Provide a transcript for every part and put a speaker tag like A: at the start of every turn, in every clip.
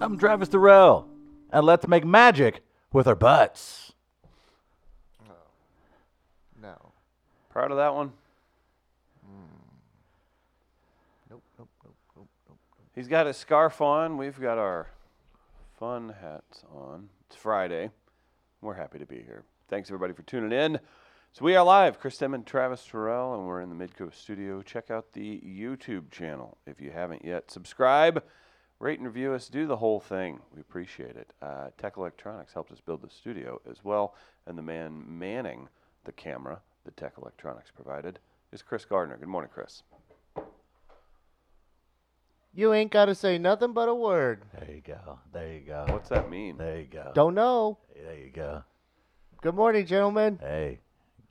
A: I'm Travis Durrell, and let's make magic with our butts.
B: No.
C: Proud of that one.
B: Hmm. Nope, nope, nope, nope, nope.
C: He's got his scarf on. We've got our fun hats on. It's Friday. We're happy to be here. Thanks everybody for tuning in. So we are live, Chris Demon, Travis Terrell, and we're in the Midco studio. Check out the YouTube channel if you haven't yet. Subscribe, rate and review us. Do the whole thing. We appreciate it. Uh, Tech Electronics helped us build the studio as well, and the man manning the camera, the Tech Electronics provided, is Chris Gardner. Good morning, Chris.
B: You ain't got to say nothing but a word.
A: There you go. There you go.
C: What's that mean?
A: There you go.
B: Don't know.
A: There you go.
B: Good morning, gentlemen.
A: Hey,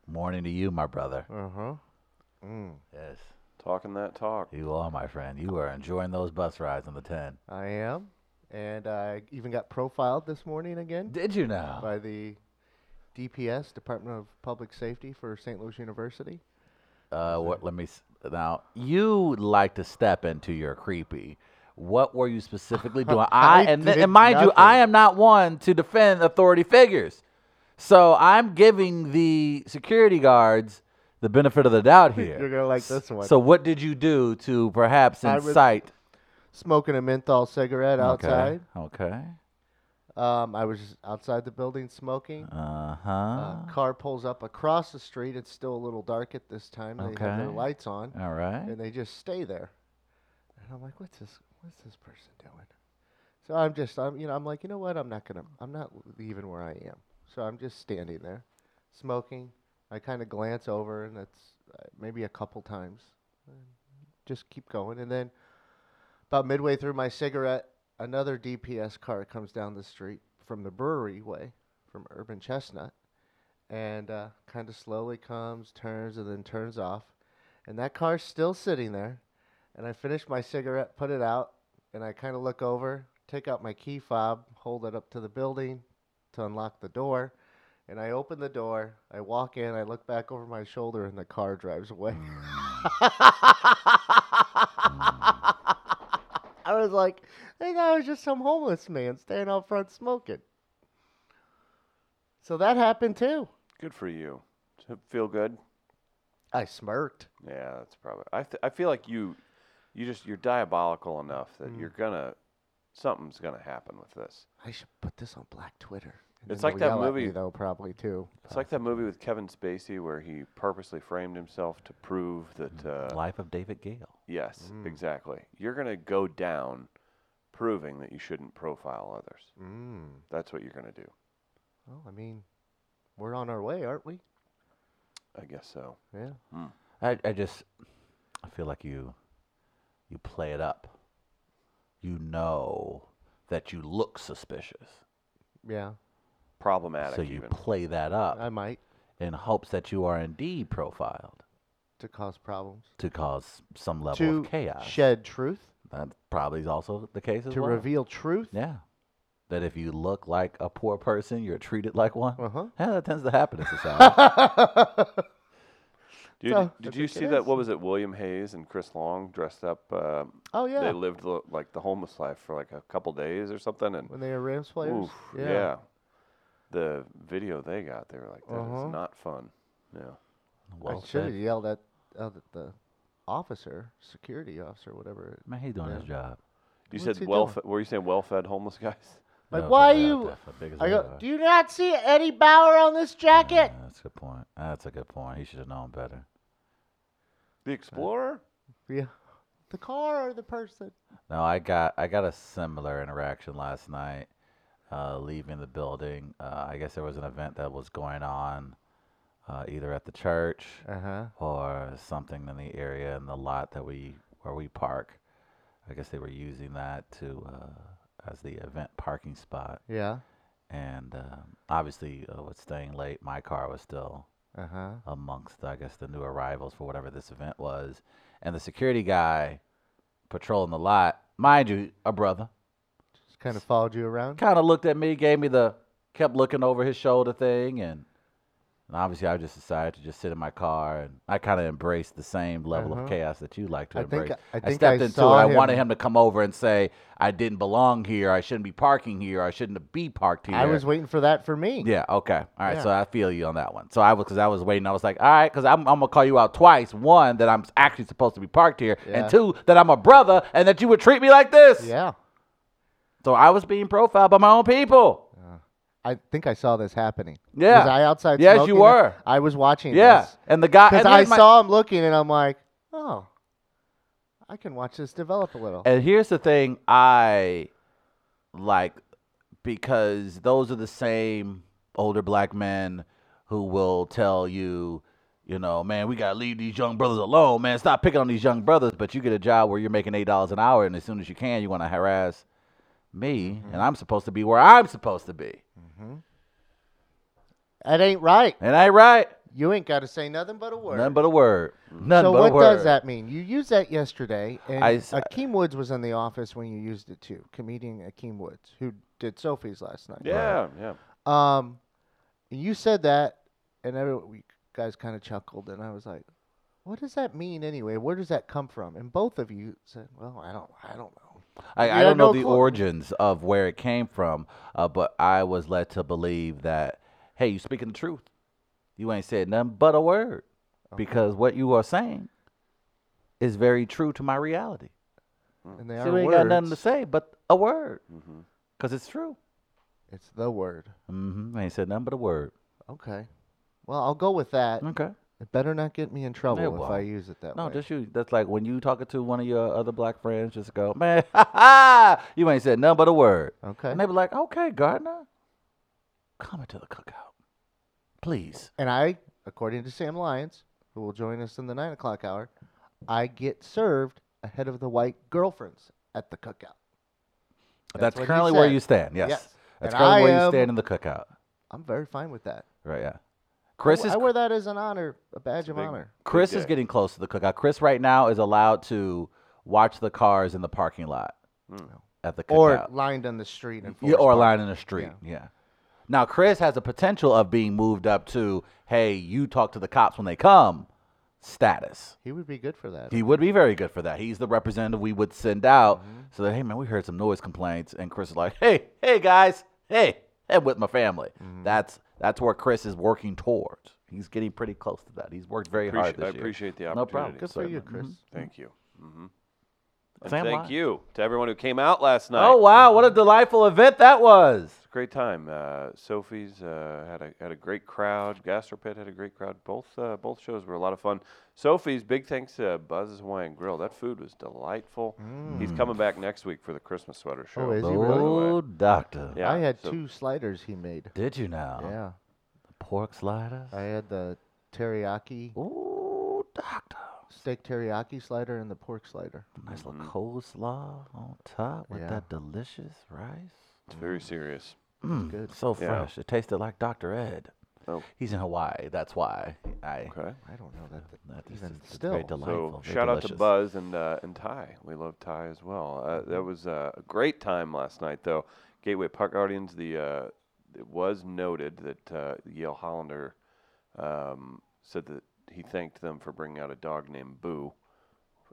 A: morning to you, my brother.
B: Uh huh.
A: Yes,
C: Talking that talk.
A: you are, my friend. You are enjoying those bus rides on the 10.
B: I am. And I even got profiled this morning again
A: Did you know?
B: by the DPS, Department of Public Safety for St. Louis University.
A: Uh, what? Let me. s- Now, you like to step into your creepy. What were you specifically doing? I,
B: I
A: and, th-
B: did
A: and mind you, I
B: nothing.
A: am not one to defend authority figures. So I'm giving the security guards the benefit of the doubt here.
B: You're gonna like
A: S-
B: this one.
A: So what did you do to perhaps
B: I was
A: incite?
B: Smoking a menthol cigarette outside.
A: Okay. okay.
B: Um, I was outside the building smoking.
A: Uh-huh.
B: Uh, car pulls up across the street. It's still a little dark at this time. They have their
A: Okay.
B: lights on.
A: All right.
B: and they just stay there. And I'm like, what's this? What's this person doing? So I'm just, I'm, you know, I'm like, you know what? I'm not gonna, I'm not leaving where I am. So I'm just standing there, smoking. I kind of glance over, and that's uh, maybe a couple times. and Just keep going, and then about midway through my cigarette, another DPS car comes down the street from the brewery way, from Urban Chestnut, and uh, kind of slowly comes, turns, and then turns off. And that car's still sitting there. And I finish my cigarette, put it out, and I kind of look over, take out my key fob, hold it up to the building to unlock the door. And I open the door, I walk in, I look back over my shoulder, and the car drives away. I was like, I thought it was just some homeless man standing out front smoking. So that happened too.
C: Good for you. Does it feel good?
B: I smirked.
C: Yeah, that's probably. I th- I feel like you, you just you're diabolical enough that you're gonna, something's gonna happen with this.
B: I should put this on Black Twitter. And
C: It's
B: then
C: like
B: they'll
C: that
B: yell at
C: movie-
B: me, though, probably too.
C: It's like that movie with Kevin Spacey where he purposely framed himself to prove that. Uh,
A: Life of David Gale.
C: yes, exactly. You're gonna go down, proving that you shouldn't profile others.
B: Mm.
C: That's what you're gonna do.
B: Well, I mean, we're on our way, aren't we?
C: I guess so.
B: Yeah.
A: I, I just I feel like you you play it up. You know that you look suspicious.
B: Yeah.
C: Problematic.
A: so you
C: even.
A: play that up
B: I might
A: in hopes that you are indeed profiled
B: to cause problems.
A: to cause some level
B: to
A: of chaos.
B: shed truth,
A: That probably is also the case as
B: to
A: well.
B: reveal truth.
A: Yeah. That if you look like a poor person, you're treated like one.
B: Uh-huh.
A: Yeah, that tends to happen in society.
C: Dude,
B: So, I
C: did you
B: think
C: see
B: it
C: that?
B: is.
C: What was it? William Hayes and Chris Long dressed up. Uh,
B: oh,
C: They
B: yeah.
C: lived lo- like the homeless life for like a couple days or something, and
B: when they were Rams players.
C: oof, yeah. the video they got, they were like, "That is
B: Uh-huh.
C: not fun." Yeah,
A: well
B: I should have
A: said.
B: yelled at, out at the officer, security officer, whatever.
A: Man, he's doing
B: Yeah.
A: his job.
C: you
B: What's
C: said
B: he
C: well.
B: doing?
C: Fe- were you saying well-fed homeless guys?
B: Like,
A: No,
B: why
A: but they're out
B: you-
A: there for big as
B: I
A: they
B: go,
A: are.
B: do you not see Eddie Bauer on this jacket?
A: Yeah, that's a good point. That's a good point. He should have known better.
C: The Explorer.
B: Yeah. The car or the person?
A: No, I got I got a similar interaction last night. Uh, leaving the building, uh, I guess there was an event that was going on, uh, either at the church
B: Uh-huh.
A: or something in the area in the lot that we where we park. I guess they were using that to uh, as the event parking spot,
B: Yeah.
A: and um, obviously uh, with staying late, my car was still
B: Uh-huh.
A: amongst I guess the new arrivals for whatever this event was, and the security guy patrolling the lot, mind you, a brother,
B: Just kind of followed you around.
A: kind of looked at me, gave me the kept looking over his shoulder thing, and And obviously, I just decided to just sit in my car, and I kind of embraced the same level
B: Uh-huh.
A: of chaos that you like to
B: I
A: embrace.
B: think I think I
A: stepped into it.
B: saw
A: I wanted
B: him-
A: him to come over and say, "I didn't belong here. I shouldn't be parking here. I shouldn't be parked here."
B: I was waiting for that for me.
A: Yeah. Okay. All right.
B: Yeah.
A: So I feel you on that one. So I was because I was waiting. I was like, all right, because I'm, I'm gonna call you out twice. One that I'm actually supposed to be parked here,
B: Yeah.
A: and two that I'm a brother and that you would treat me like this.
B: Yeah.
A: So I was being profiled by my own people.
B: I think I saw this happening.
A: Yeah.
B: Was I outside?
A: Yes, you
B: smoking?
A: were.
B: I was watching.
A: Yeah. And the guy
B: Because
A: and
B: I
A: here's my-
B: saw him looking, and I'm like, oh, I can watch this develop a little.
A: And here's the thing I like because those are the same older black men who will tell you, you know, man, we gotta leave these young brothers alone, man. Stop picking on these young brothers. But you get a job where you're making eight dollars an hour, and as soon as you can, you want to harass me,
B: Mm-hmm.
A: and I'm supposed to be where I'm supposed to be.
B: That ain't right.
A: And I right,
B: You ain't got to say nothing but a word. Mm-hmm.
A: none but a word, none
B: so
A: but
B: what
A: a word.
B: does that mean? You used that yesterday, and
A: I s-
B: Akeem Woods was in the office when you used it too. Comedian Akeem Woods, who did Sophie's last night.
C: Yeah, yeah.
B: Um, you said that, and every we guys kind of chuckled, and I was like, "What does that mean anyway? Where does that come from?" And both of you said, "Well, I don't, I don't know."
A: I,
B: You
A: I
B: had
A: don't know
B: no
A: the
B: clue.
A: origins of where it came from, uh, but I was led to believe that, hey, you speaking the truth. You ain't said nothing but a word because what you are saying is very true to my reality.
B: And they
A: So
B: are
A: you ain't
B: words. Mm-hmm.
A: got nothing to say but a word
C: hmm
A: because it's true.
B: It's the word.
A: Mm-hmm. ain't said nothing but a word.
B: Okay. Well, I'll go with that.
A: Okay.
B: It better not get me in trouble if I
A: won't.
B: use it that
A: Hmm. No,
B: way.
A: just you. That's like when you talking to one of your other black friends, just go, man, ha ha, you ain't said nothing but a word.
B: okay.
A: And they be like, okay, Gardner, come into the cookout, please.
B: And I, according to Sam Lyons, who will join us in the nine o'clock hour, I get served ahead of the white girlfriends at the cookout.
A: That's,
B: what he
A: currently where
B: said.
A: you stand. Yes.
B: Yes.
A: That's
B: And
A: currently
B: I
A: where you
B: am-
A: stand in the cookout.
B: I'm very fine with that.
A: Right. Yeah. Chris
B: I,
A: is
B: I wear that as an honor, a badge of
C: big-
B: honor.
A: Chris
C: Big
A: is
C: day.
A: getting close to the cookout. Chris right now is allowed to watch the cars in the parking lot at the
B: Mm. Or
A: cookout.
B: lined on the street and
A: Yeah, or a line in the street. Yeah. Now Chris has the potential of being moved up to, hey, you talk to the cops when they come status.
B: He would be good for that.
A: He would be very good for that. He's the representative we would send out. So that, hey man, we heard some noise complaints, and Chris is like, hey, hey guys, hey, I'm with my family. That's that's where Chris is working towards. He's getting pretty close to that. He's worked very hard
C: Appreciate-
A: this
C: I
A: year.
C: appreciate the
A: No problem.
C: opportunity.
B: good for
A: certainly.
B: you, Chris.
A: Mm-hmm.
C: Thank you. hmm And
A: Sam
C: thank
A: Lyon.
C: you to everyone who came out last night.
A: Oh wow, what a delightful event that was.
C: It's a great time. Uh, Sophie's uh, had a had a great crowd. Gastropit had a great crowd. Both uh, both shows were a lot of fun. Sophie's big thanks to Buzz's Hawaiian Grill. That food was delightful. He's coming back next week for the Christmas sweater show.
B: Mm. is he
C: by the way.
A: Oh doctor.
C: Yeah,
B: I had
C: so-
B: two sliders he made.
A: Did you now?
B: Yeah.
A: Pork sliders.
B: I had the teriyaki,
A: Ooh, doctor.
B: steak teriyaki slider and the pork slider.
A: Nice little coleslaw on top with
B: Yeah.
A: that delicious rice.
C: It's very serious.
A: Mm,
B: good.
A: So
C: Yeah.
A: fresh. It tasted like Dr. Ed.
C: Oh.
A: He's in Hawaii. That's why. I.
C: Okay.
B: I don't know that. th-
A: That is
B: Even
A: just- it's very
B: still. So,
A: delightful.
C: so
A: very
C: shout out to
A: delicious.
C: Buzz and uh, and Ty. We love Ty as well. Uh,
A: Mm-hmm.
C: that was uh, a great time last night though. Gateway Park Guardians. The uh, it was noted that uh, Yale Hollander um, said that he thanked them for bringing out a dog named Boo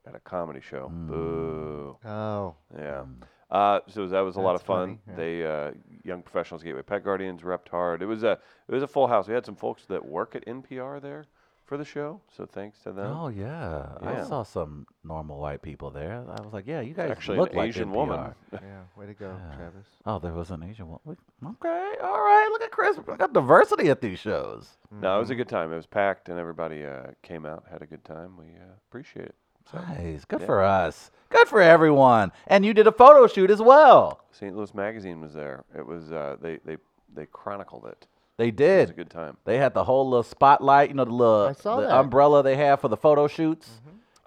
C: at a comedy show.
A: Mm.
C: Boo.
B: Oh.
C: Yeah. Uh, so that was a lot of
B: That's funny,
C: fun.
B: yeah.
C: They uh, young professionals Gateway Pet Guardians repped hard. It was a it was a full house. We had some folks that work at NPR there for the show. So thanks to them.
A: Oh, yeah.
C: Yeah.
A: I saw some normal white people there. I was like, yeah, you guys
C: Actually,
A: look
C: an
A: like
C: Asian
A: NPR.
C: woman.
B: Yeah. Way to go,
A: Yeah.
B: Travis.
A: Oh, there was an Asian woman. We- Okay. All right. Look at Chris. We got diversity at these shows.
C: No, it was a
A: mm-hmm.
C: good time. It was packed, and everybody uh, came out, had a good time. We uh, appreciate it. So,
A: Nice. Good
C: yeah.
A: for us. Good for everyone. And you did a photo shoot as well.
C: St. Louis Magazine was there. It was uh, they they they chronicled it.
A: They
C: It was
A: did.
C: a good time.
A: They had the whole little spotlight, you know, the little
B: I saw
A: the
B: that. Mm-hmm.
A: umbrella they have for the photo shoots.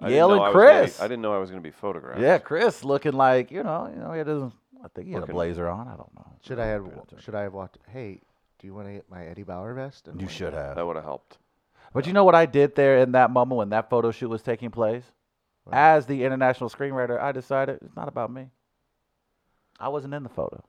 C: I didn't
A: Yale
C: know I
A: and
C: was gonna be-
A: Chris.
C: I didn't know I was going to be photographed.
A: Yeah, Chris looking like you know, you know, he had his, I think he had a
C: Looking-
A: blazer on. I don't know.
B: Mm-hmm. Should I have?
A: Pretty
B: wa-
A: dark.
B: Should I have walked? Hey, do you want to get my Eddie Bauer vest? And
A: You
B: went,
A: should have.
C: that would have helped.
A: But you know what I did there in that moment when that photo shoot was taking place?
B: What?
A: As the international screenwriter, I decided it's not about me. I wasn't in the photo.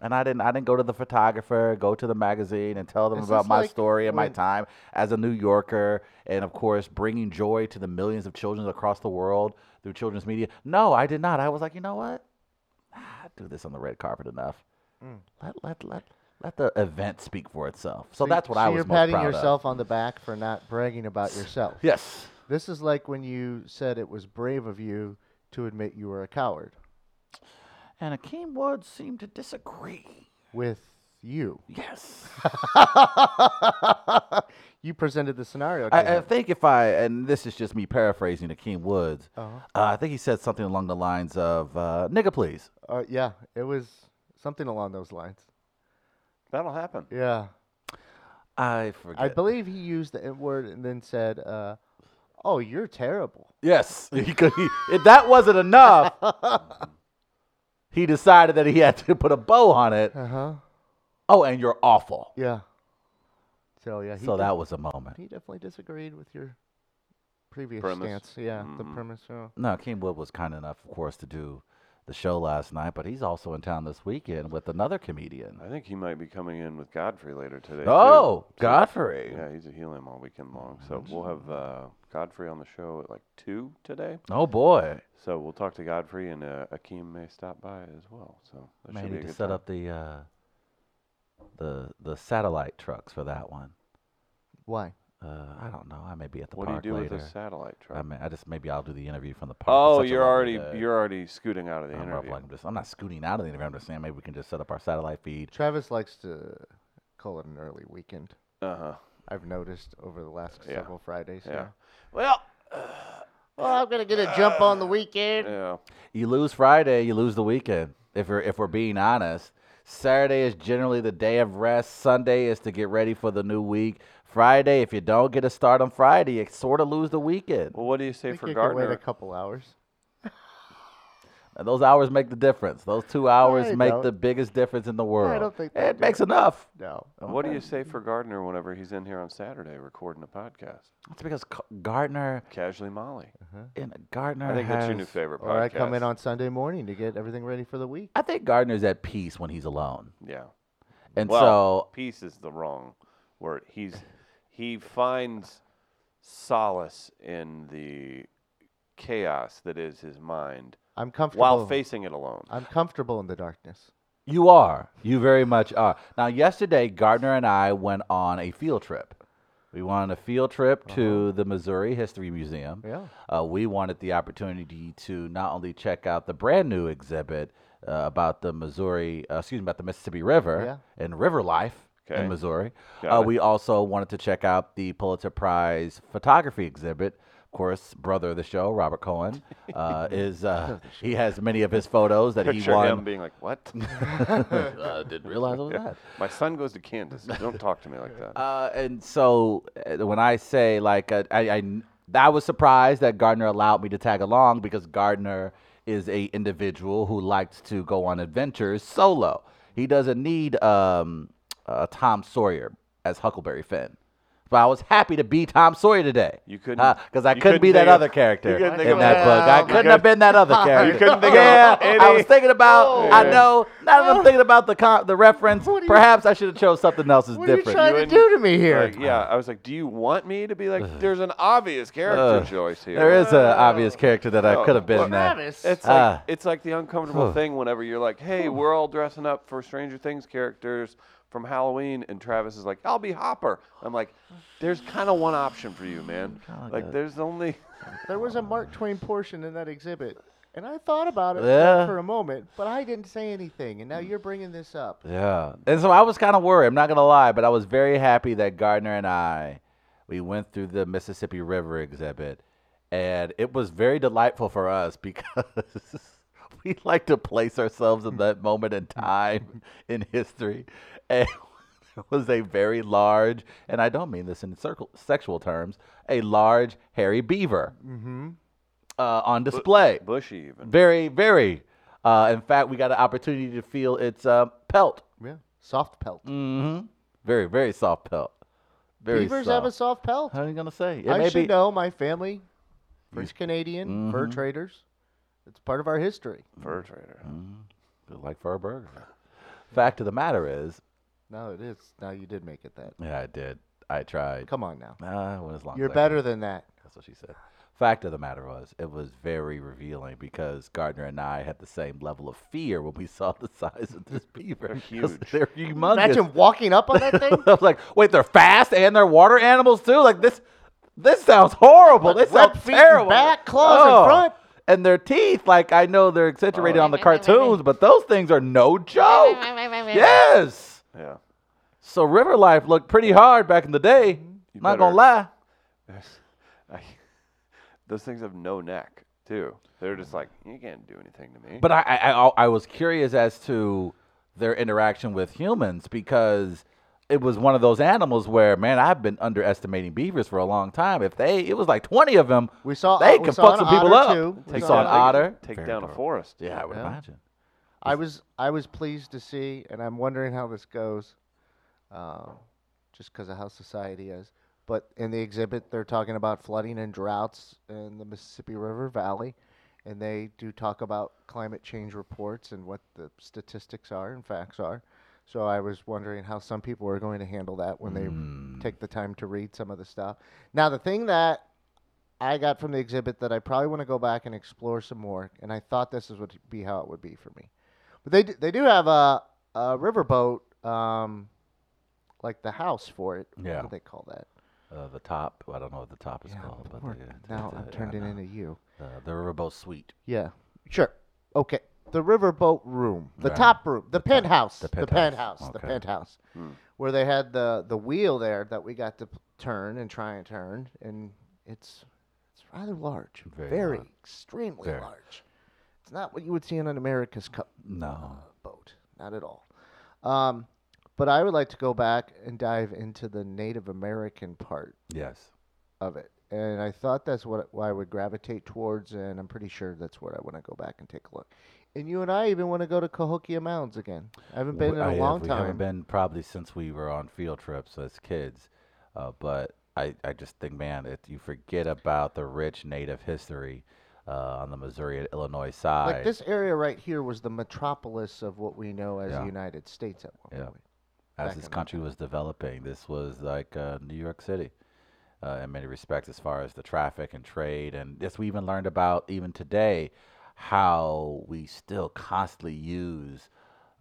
A: And I didn't. I didn't go to the photographer, go to the magazine, and tell them
B: Is
A: about
B: this
A: my
B: like
A: story and my
B: when-
A: time as a New Yorker, and of course, bringing joy to the millions of children across the world through children's media. No, I did not. I was like, you know what? I do this on the red carpet enough.
B: Mm.
A: Let let let let the event speak for itself. So,
B: y-
A: that's what I was
B: you're
A: most
B: patting
A: proud of.
B: yourself on the back for not bragging about yourself.
A: Yes.
B: This is like when you said it was brave of you to admit you were a coward
A: And Akeem Woods seemed to disagree.
B: with you.
A: Yes.
B: you presented the scenario. To
A: I, I
B: him.
A: think if I, and this is just me paraphrasing Akeem Woods, uh
B: Uh-huh.
A: I think he said something along the lines of, uh, nigga, please.
B: Uh, yeah, it was something along those lines.
C: That'll happen.
B: Yeah.
A: I forget.
B: I believe he used the N word and then said, uh, "Oh, you're terrible."
A: yes. He could, he, if that wasn't enough, he decided that he had to put a bow on it.
B: Uh huh.
A: Oh, and you're awful.
B: Yeah. So yeah, he
A: So
B: did-
A: that was a moment.
B: he definitely disagreed with your previous
C: Premise.
B: stance. Yeah, the
A: Mm-hmm.
B: premise. Yeah.
A: No, Akeem Wood was kind enough, of course, to do the show last night, but he's also in town this weekend with another comedian.
C: I think he might be coming in with Godfrey later today. too.
A: Oh, Godfrey.
C: Yeah, he's at Helium all weekend long. So we'll have uh, Godfrey on the show at like 2 today.
A: Oh, boy.
C: So we'll talk to Godfrey, and uh, Akeem may stop by as well. So that
A: May
C: should be
A: need
C: a
A: to
C: good
A: set
C: time.
A: up the uh, the the satellite trucks for that one.
B: Why?
A: Uh, I don't know. I may be at the
C: What do you
A: park
C: do
A: later.
C: with a satellite truck?
A: I mean, I just maybe I'll do the interview from the park.
C: oh,
A: It's such a
C: you're already
A: lovely day.
C: you're already scooting out of the
A: I'm, not
C: interview.
A: like- I'm just, I'm not scooting out of the interview. I'm just saying maybe we can just set up our satellite feed.
B: Travis likes to call it an early weekend.
C: Uh huh.
B: I've noticed over the last
C: Yeah.
B: several Fridays.
C: Yeah.
B: Yeah.
C: Well.
B: Well, I'm gonna get a jump on the weekend.
C: Yeah.
A: You lose Friday, you lose the weekend. If we're if we're being honest, Saturday is generally the day of rest. Sunday is to get ready for the new week. Friday, if you don't get a start on Friday, you sort of lose the weekend.
C: Well, what do you
B: I
C: say
B: think
C: for
B: you could wait a
C: Gardner?
B: couple hours.
A: And those hours make the difference. Those two hours
B: they
A: make
B: don't.
A: the biggest difference in the world.
B: don't think they
A: it
B: do.
A: makes enough.
B: No.
C: What do you say for Gardner whenever he's in here on Saturday recording a podcast?
A: It's because C- Gardner
C: Casually Molly.
A: and Gardner.
C: I think that's your new
A: has-
C: favorite podcast.
B: Or I come in on Sunday morning to get everything ready for the week.
A: I think Gardner's at peace when he's alone,
C: Yeah.
A: and
C: well, peace is the wrong word. He's he finds solace in the chaos that is his mind
B: I'm comfortable.
C: while facing it alone.
B: I'm comfortable in the darkness.
A: so you are. You very much are. Now, yesterday, Gardner and I went on a field trip. We went on a field trip
C: Uh-huh.
A: to the Missouri History Museum.
B: Yeah.
A: Uh, we wanted the opportunity to not only check out the brand new exhibit uh, about the Missouri, uh, excuse me, about the Mississippi River and river life
C: Okay.
A: in Missouri.
C: Got
A: Uh,
C: it.
A: we also wanted to check out the Pulitzer Prize photography exhibit. Of course, brother of the show, Robert Cohen, uh, is uh, he has many of his photos that he
C: Picture him
A: won.
C: being like, "What?
A: uh, didn't realize it was that.
C: My son goes to Kansas. so Don't talk to me like that."
A: Uh, and so uh, when I say like uh, I, I kn- I was surprised that Gardner allowed me to tag along because Gardner is a individual who likes to go on adventures solo. He doesn't need um, uh, Tom Sawyer as Huckleberry Finn. But I was happy to be Tom Sawyer today.
C: You couldn't-
A: because I
C: you
A: couldn't be that
C: couldn't think of-
A: other character
C: you
A: in
C: couldn't
A: that
C: think of one.
A: book. I
C: You
A: couldn't have been that other character.
C: couldn't think of
A: yeah, I
C: any.
A: was thinking about. I
C: Yeah.
A: know. Now that I'm thinking about the con- the reference,
B: Oh. What are you-
A: perhaps I should have chose something else as
B: What are you
A: different.
B: trying
C: You
B: to
C: and-
B: do to me here?
C: Like, yeah, I was like, "Do you want me to be like?" There's an obvious character
A: Ugh.
C: choice here.
A: Uh,
C: Oh,
A: There is an obvious character that I could have been
C: look.
A: there.
B: Travis.
C: It's
A: Ah.
C: like it's like the uncomfortable
A: Whew.
C: thing whenever you're like, "Hey, we're all dressing up for Stranger Things characters from Halloween," and Travis is like, "I'll be Hopper." I'm like, "There's kind of one option for you, man.
A: Kinda
C: Like,
A: good.
C: there's only
B: There was a Mark Twain portion in that exhibit, and I thought about it
A: Yeah.
B: for a moment, but I didn't say anything, and now you're bringing this up.
A: Yeah. And so I was kind of worried. I'm not going to lie, but I was very happy that Gardner and I, we went through the Mississippi River exhibit. And it was very delightful for us because we like to place ourselves in that moment in time in history. And there was a very large, and I don't mean this in circle, sexual terms, a large hairy beaver uh, on display.
C: Bushy even.
A: Very, very. Uh, in fact, we got an opportunity to feel its uh, pelt.
B: Yeah, soft pelt.
C: Mm.
A: Mm-hmm. Very, very soft pelt. Very
B: Beavers
A: soft.
B: have a soft pelt.
A: How are you gonna say? It
B: I
A: may
B: should
A: be
B: know my family, French Canadian,
A: Mm-hmm.
B: fur traders. It's part of our history.
C: Fur trader.
A: like for a burger. Fact of the matter is,
B: No, it is. Now you did make it that.
A: yeah, I did. I tried.
B: Come on now.
A: Ah, went as long
B: You're
A: as I could.
B: better than that.
A: That's what she said. Fact of the matter was, it was very revealing because Gardner and I had the same level of fear when we saw the size of this beaver.
C: They're
A: 'Cause
C: huge.
A: They're humongous.
B: Imagine walking up on that thing.
A: I was like, wait, they're fast and they're water animals too. Like this, this sounds horrible.
B: Like
A: This
B: webbed
A: sounds
B: feet and
A: terrible.
B: back, claws in front.
A: and their teeth. Like I know they're accentuated
C: Oh.
A: on the
D: Wait, wait, wait, wait, wait.
A: cartoons, but those things are no joke. Yes.
C: Yeah.
A: So river life looked pretty hard back in the day.
B: Mm-hmm.
C: You
A: Not
C: better-
A: gonna lie.
C: I, those things have no neck too. They're just like you can't do anything to me.
A: But I, I, I, I was curious as to their interaction with humans because it was one of those animals where, man, I've been underestimating beavers for a long time. If they, it was like twenty of them.
B: We saw- uh,
A: they
B: we
A: can
B: saw
A: fuck
B: an
A: some people
B: otter,
A: up.
B: too. We
A: They
B: saw
A: saw an
B: an
A: otter.
C: Take
A: Very
C: down a
A: adorable.
C: forest.
A: Yeah, I would
B: Yeah.
A: imagine.
B: I was I was pleased to see, and I'm wondering how this goes, um, just because of how society is. But in the exhibit, they're talking about flooding and droughts in the Mississippi River Valley, and they do talk about climate change reports and what the statistics are and facts are. So I was wondering how some people are going to handle that when
A: Mm.
B: they take the time to read some of the stuff. Now, the thing that I got from the exhibit that I probably want to go back and explore some more, and I thought this is would be how it would be for me. But they d- they do have a a riverboat, um, like the house for it.
A: Yeah.
B: What do they call that?
A: Uh, the top. I don't know what the top is called, but
B: Poor-
A: the, uh,
B: now
A: the,
B: I'm turned it
A: uh,
B: into you.
A: uh, the riverboat suite.
B: Yeah. Sure. Okay. The riverboat room, the
A: Right.
B: top room, the, penthouse,
A: the
B: the
A: penthouse.
B: penthouse, the penthouse,
A: Okay.
B: where they had the the wheel there that we got to p- turn and try and turn, and it's it's rather large,
A: Very
B: very,
A: large.
B: extremely
A: Very.
B: large. It's not what you would see in an America's Cup uh,
A: No.
B: boat, not at all. Um, but I would like to go back and dive into the Native American part
A: Yes.
B: of it. And I thought that's what what I would gravitate towards, and I'm pretty sure that's where I want to go back and take a look. And you and I even want to go to Cahokia Mounds again. I haven't been in
A: W-
B: a
A: I have-
B: long
A: we
B: time.
A: haven't been probably since we were on field trips as kids, uh, but I, I just think, man, it, you forget about the rich Native history uh, on the Missouri and Illinois side.
B: Like this area right here was the metropolis of what we know as
A: Yeah.
B: the United States at one
A: Yeah.
B: point.
A: as
B: back
A: this
B: in the
A: country was developing. This was like uh, New York City uh, in many respects, as far as the traffic and trade. And this we even learned about even today how we still constantly use.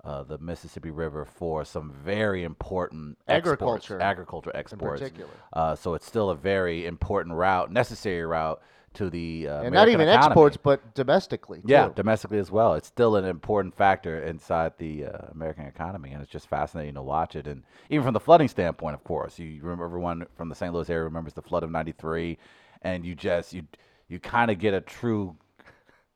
A: Uh, the Mississippi River for some very important exports,
B: Agriculture.
A: agriculture exports.
B: particular.
A: Uh, so it's still a very important route, necessary route to the uh,
B: And not
A: American
B: even
A: economy.
B: exports, but domestically.
A: Yeah,
B: too.
A: domestically as well. It's still an important factor inside the uh, American economy, and it's just fascinating to watch it. And even from the flooding standpoint, of course, you remember everyone from the St. Louis area remembers the flood of '93, and you just you you kind of get a true,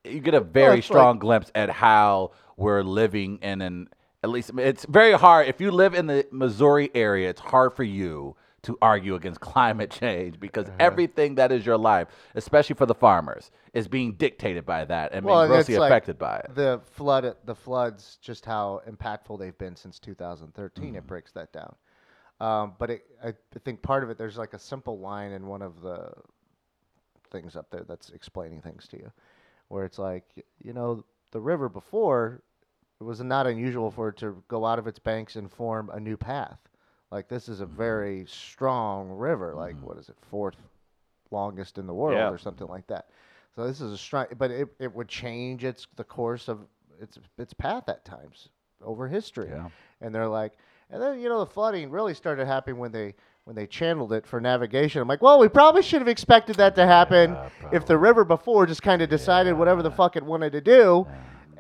A: you get a very
B: Oh, it's like-
A: strong glimpse at how we're living in an at least it's very hard if you live in the Missouri area. It's hard for you. To argue against climate change because
B: Uh-huh.
A: everything that is your life, especially for the farmers, is being dictated by that and being
B: and
A: grossly
B: it's like
A: affected by it.
B: The flood, the floods, just how impactful they've been since 2013. It breaks that down. Um, but it, I think part of it, there's like a simple line in one of the things up there that's explaining things to you, where it's like, y- you know, the river before it was not unusual for it to go out of its banks and form a new path. Like this is a
A: Mm-hmm.
B: very strong river. Like what is it, fourth longest in the world
C: Yeah.
B: or something like that. So this is a strong, but it, it would change its the course of its its path at times over history.
A: Yeah.
B: And they're like, and then you know the flooding really started happening when they when they channeled it for navigation. I'm like, well, we probably should have expected that to happen
A: Yeah,
B: if the river before just kind of decided whatever the fuck it wanted to do.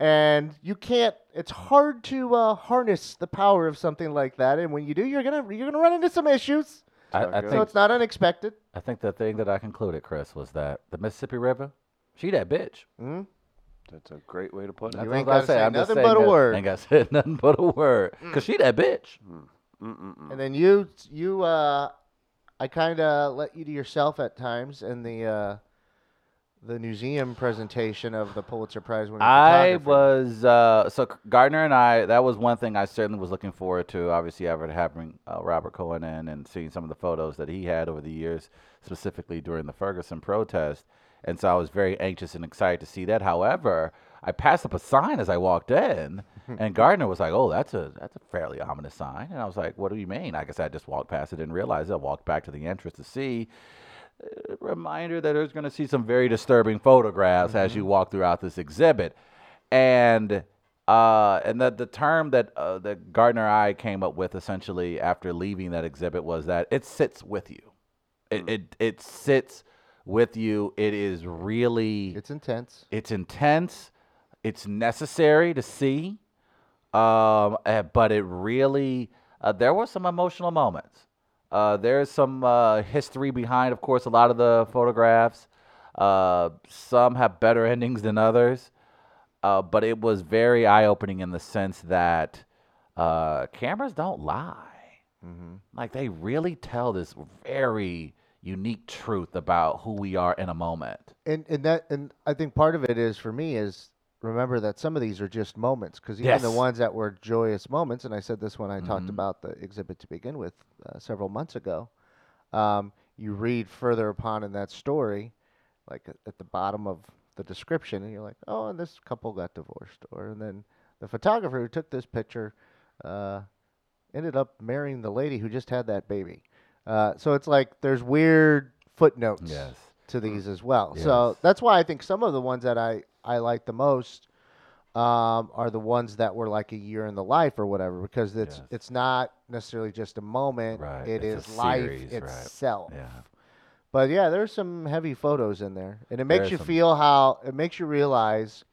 B: And you can't. It's hard to uh, harness the power of something like that. And when you do, you're gonna you're gonna run into some issues.
A: I,
C: not
A: I
C: good.
A: think
B: So it's not unexpected.
A: I think the thing that I concluded, Chris, was that the Mississippi River, she that bitch.
C: That's a great way to put it.
A: That's
B: You
A: what
B: ain't
A: I
B: gotta say
A: I'm just
B: nothing
A: saying
B: but a
A: that-
B: word. Mm.
A: Ain't got said nothing but a word, cause she that bitch. Mm.
B: And then you, you, uh, I kind of let you to yourself at times in the uh, the museum presentation of the Pulitzer Prize winning.
A: I
B: photographer.
A: was uh, so C- Gardner and I. That was one thing I certainly was looking forward to. Obviously, after having uh, Robert Cohen in and seeing some of the photos that he had over the years, specifically during the Ferguson protest, and so I was very anxious and excited to see that. However, I passed up a sign as I walked in and Gardner was like, "Oh, that's a that's a fairly ominous sign." And I was like, "What do you mean?" I guess I just walked past it, didn't realize it. I walked back to the entrance to see. Uh, Reminder that there's going to see some very disturbing photographs as you walk throughout this exhibit, and uh, and that the term that uh, that Gardner and I came up with essentially after leaving that exhibit was that it sits with you. It it, it sits with you. It is really
B: It's intense.
A: it's intense. It's necessary to see. Um, eh, but it really, uh, there were some emotional moments. Uh, there's some uh, history behind, of course, a lot of the photographs. Uh, some have better endings than others. Uh, but it was very eye opening in the sense that uh, cameras don't lie. Like they really tell this very unique truth about who we are in a moment.
B: And and that and I think part of it is for me is remember that some of these are just moments because even the
A: Yes. Mm-hmm.
B: ones that were joyous moments, and I said this when I talked about the exhibit to begin with uh, several months ago. Um, you read further upon in that story, like at- at the bottom of the description, and you're like, oh, and this couple got divorced, or and then the photographer who took this picture uh, ended up marrying the lady who just had that baby. Uh, so it's like there's weird footnotes
A: Yes.
B: to these as well. So that's why I think some of the ones that I, I like the most um, are the ones that were like a year in the life or whatever, because it's
A: Yes.
B: it's not necessarily just a moment.
A: Right,
B: It
A: it's a
B: is life
A: series, right.
B: itself.
A: Yeah.
B: But yeah, there's some heavy photos in there, and it makes
A: There's
B: you
A: some-
B: feel how it makes you realize,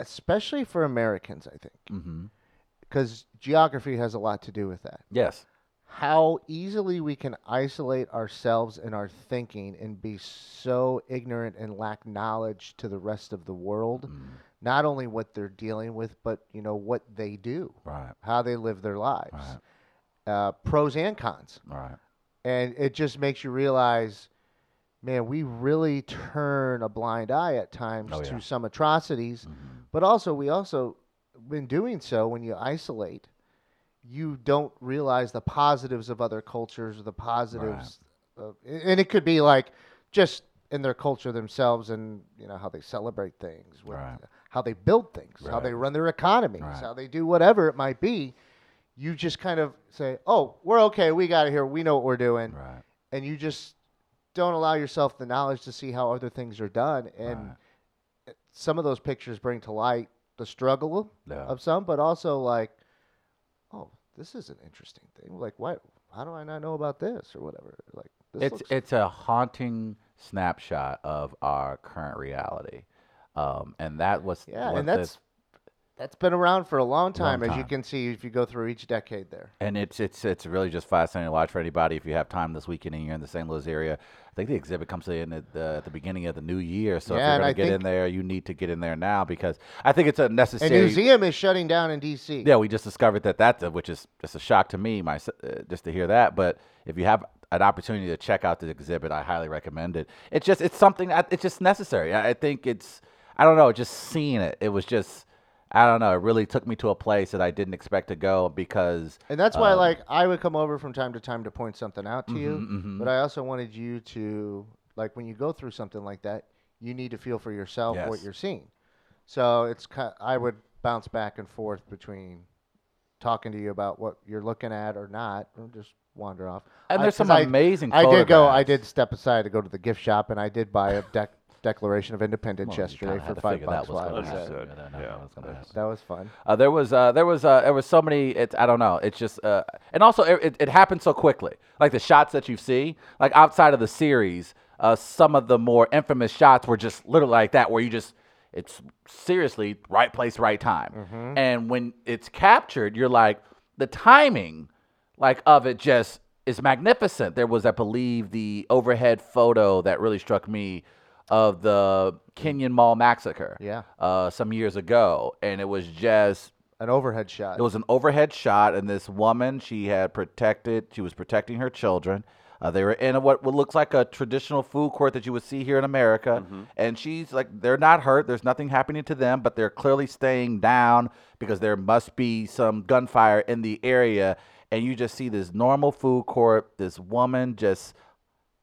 B: especially for Americans, I think,
A: Mm-hmm.
B: because geography has a lot to do with that.
A: Yes.
B: How easily we can isolate ourselves and our thinking and be so ignorant and lack knowledge to the rest of the world,
A: Mm,
B: not only what they're dealing with, but you know what they do,
A: right.
B: how they live their lives,
A: Right.
B: uh, pros and cons.
A: Right.
B: and it just makes you realize man we really turn a blind eye at times
A: Oh, yeah.
B: to some atrocities
A: Mhm.
B: but also we also in doing so when you isolate you don't realize the positives of other cultures or the positives of, and it could be like just in their culture themselves and you know how they celebrate things what-
A: Right.
B: how they build things how
A: Right.
B: they run their economies
A: Right.
B: how they do whatever it might be you just kind of say oh we're okay we got it here we know what we're doing
A: Right.
B: and you just don't allow yourself the knowledge to see how other things are done and
A: Right.
B: some of those pictures bring to light the struggle
A: Yeah.
B: of some but also like oh this is an interesting thing like what how do i not know about this or whatever like this
A: It's
B: looks
A: it's a haunting snapshot of our current reality, um, and that was
B: yeah
A: was
B: and
A: the-
B: that's that's been around for a long time, as you
A: time.
B: can see if you go through each decade there
A: and it's it's it's really just fascinating to watch for anybody if you have time this weekend and you're in the St. Louis area. I think the exhibit comes in at the, at the beginning of the new year, so
B: Yeah,
A: if you're
B: and
A: going
B: I
A: to get in
B: think-
A: there, you need to get in there now because I think it's a
B: and
A: necessary.
B: museum is shutting down in dc
A: Yeah, we just discovered that that's a, which is just a shock to me, my uh, just to hear that. But if you have an opportunity to check out the exhibit, I highly recommend it. It's just it's something I- it's just necessary. I, I think it's I don't know, just seeing it, it was just I don't know. It really took me to a place that I didn't expect to go because
B: And that's
A: Um,
B: why, like, I would come over from time to time to point something out to you.
A: Mhm, mhm.
B: But I also wanted you to, like, when you go through something like that, you need to feel for yourself what
A: Yes.
B: you're seeing. So it's ki I would bounce back and forth between talking to you about what you're looking at or not, or just wander off.
A: And
B: I-
A: there's some
B: 'cause I-
A: amazing
B: I did go. I
A: photographs.
B: did step aside to go to the gift shop, and I did buy a dec- Declaration of Independence
A: Well, you
B: yesterday
A: kinda had
B: for
A: to
B: five
A: figure
B: bucks.
A: That was
B: while I
A: gonna
B: was there.
A: happen.
C: Understood.
A: I don't know
C: Yeah.
A: that was gonna happen.
B: That was fun.
A: Uh, there was uh, there was uh, there was so many. It's I don't know. It's just uh, and also it, it, it happened so quickly. Like the shots that you see, like outside of the series, uh, some of the more infamous shots were just literally like that, where you just it's seriously right place, right time. And when it's captured, you're like the timing, like of it just is magnificent. There was, I believe, the overhead photo that really struck me of the Kenyon Mall massacre
B: Yeah.
A: uh, some years ago, and it was just
B: An overhead shot.
A: it was an overhead shot, and this woman she had protected, she was protecting her children. Uh, they were in what, what looks like a traditional food court that you would see here in America, and she's like, they're not hurt. There's nothing happening to them, but they're clearly staying down because there must be some gunfire in the area. And you just see this normal food court, this woman just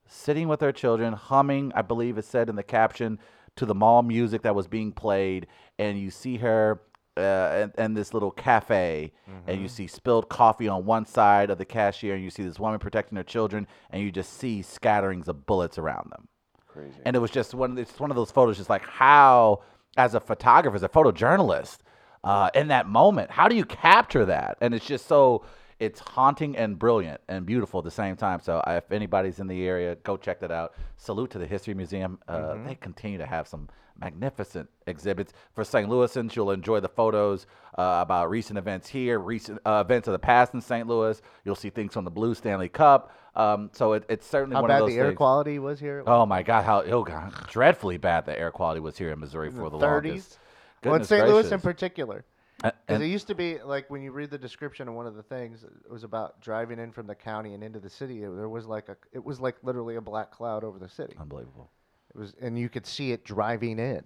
A: sitting with her children, humming, I believe it said in the caption, to the mall music that was being played. And you see her uh, and, and this little cafe, and you see spilled coffee on one side of the cashier, and you see this woman protecting her children, and you just see scatterings of bullets around them.
C: Crazy.
A: And it was just one. It's one of those photos. Just like how, as a photographer, as a photojournalist, uh, in that moment, how do you capture that? And it's just so. It's haunting and brilliant and beautiful at the same time. So I, if anybody's in the area, go check that out. Salute to the History Museum. Uh,
B: Mm-hmm.
A: They continue to have some magnificent exhibits for St. Louisans. You'll enjoy the photos uh, about recent events here, recent uh, events of the past in St. Louis. You'll see things from the Blue Stanley Cup. Um, so it, it's certainly
B: How
A: one
B: bad
A: of
B: the
A: those
B: air
A: things.
B: quality was here?
A: Oh my God! How oh God, dreadfully bad the air quality was here in Missouri for the, longest.
B: Well, in
A: Goodness
B: St. Louis in
A: gracious.
B: particular.
A: A-
B: Because
A: and-
B: it used to be like when you read the description of one of the things, it was about driving in from the county and into the city. It, there was like a, it was like literally a black cloud over the
A: Oh.
B: city.
A: unbelievable.
B: It was, and you could see it driving in.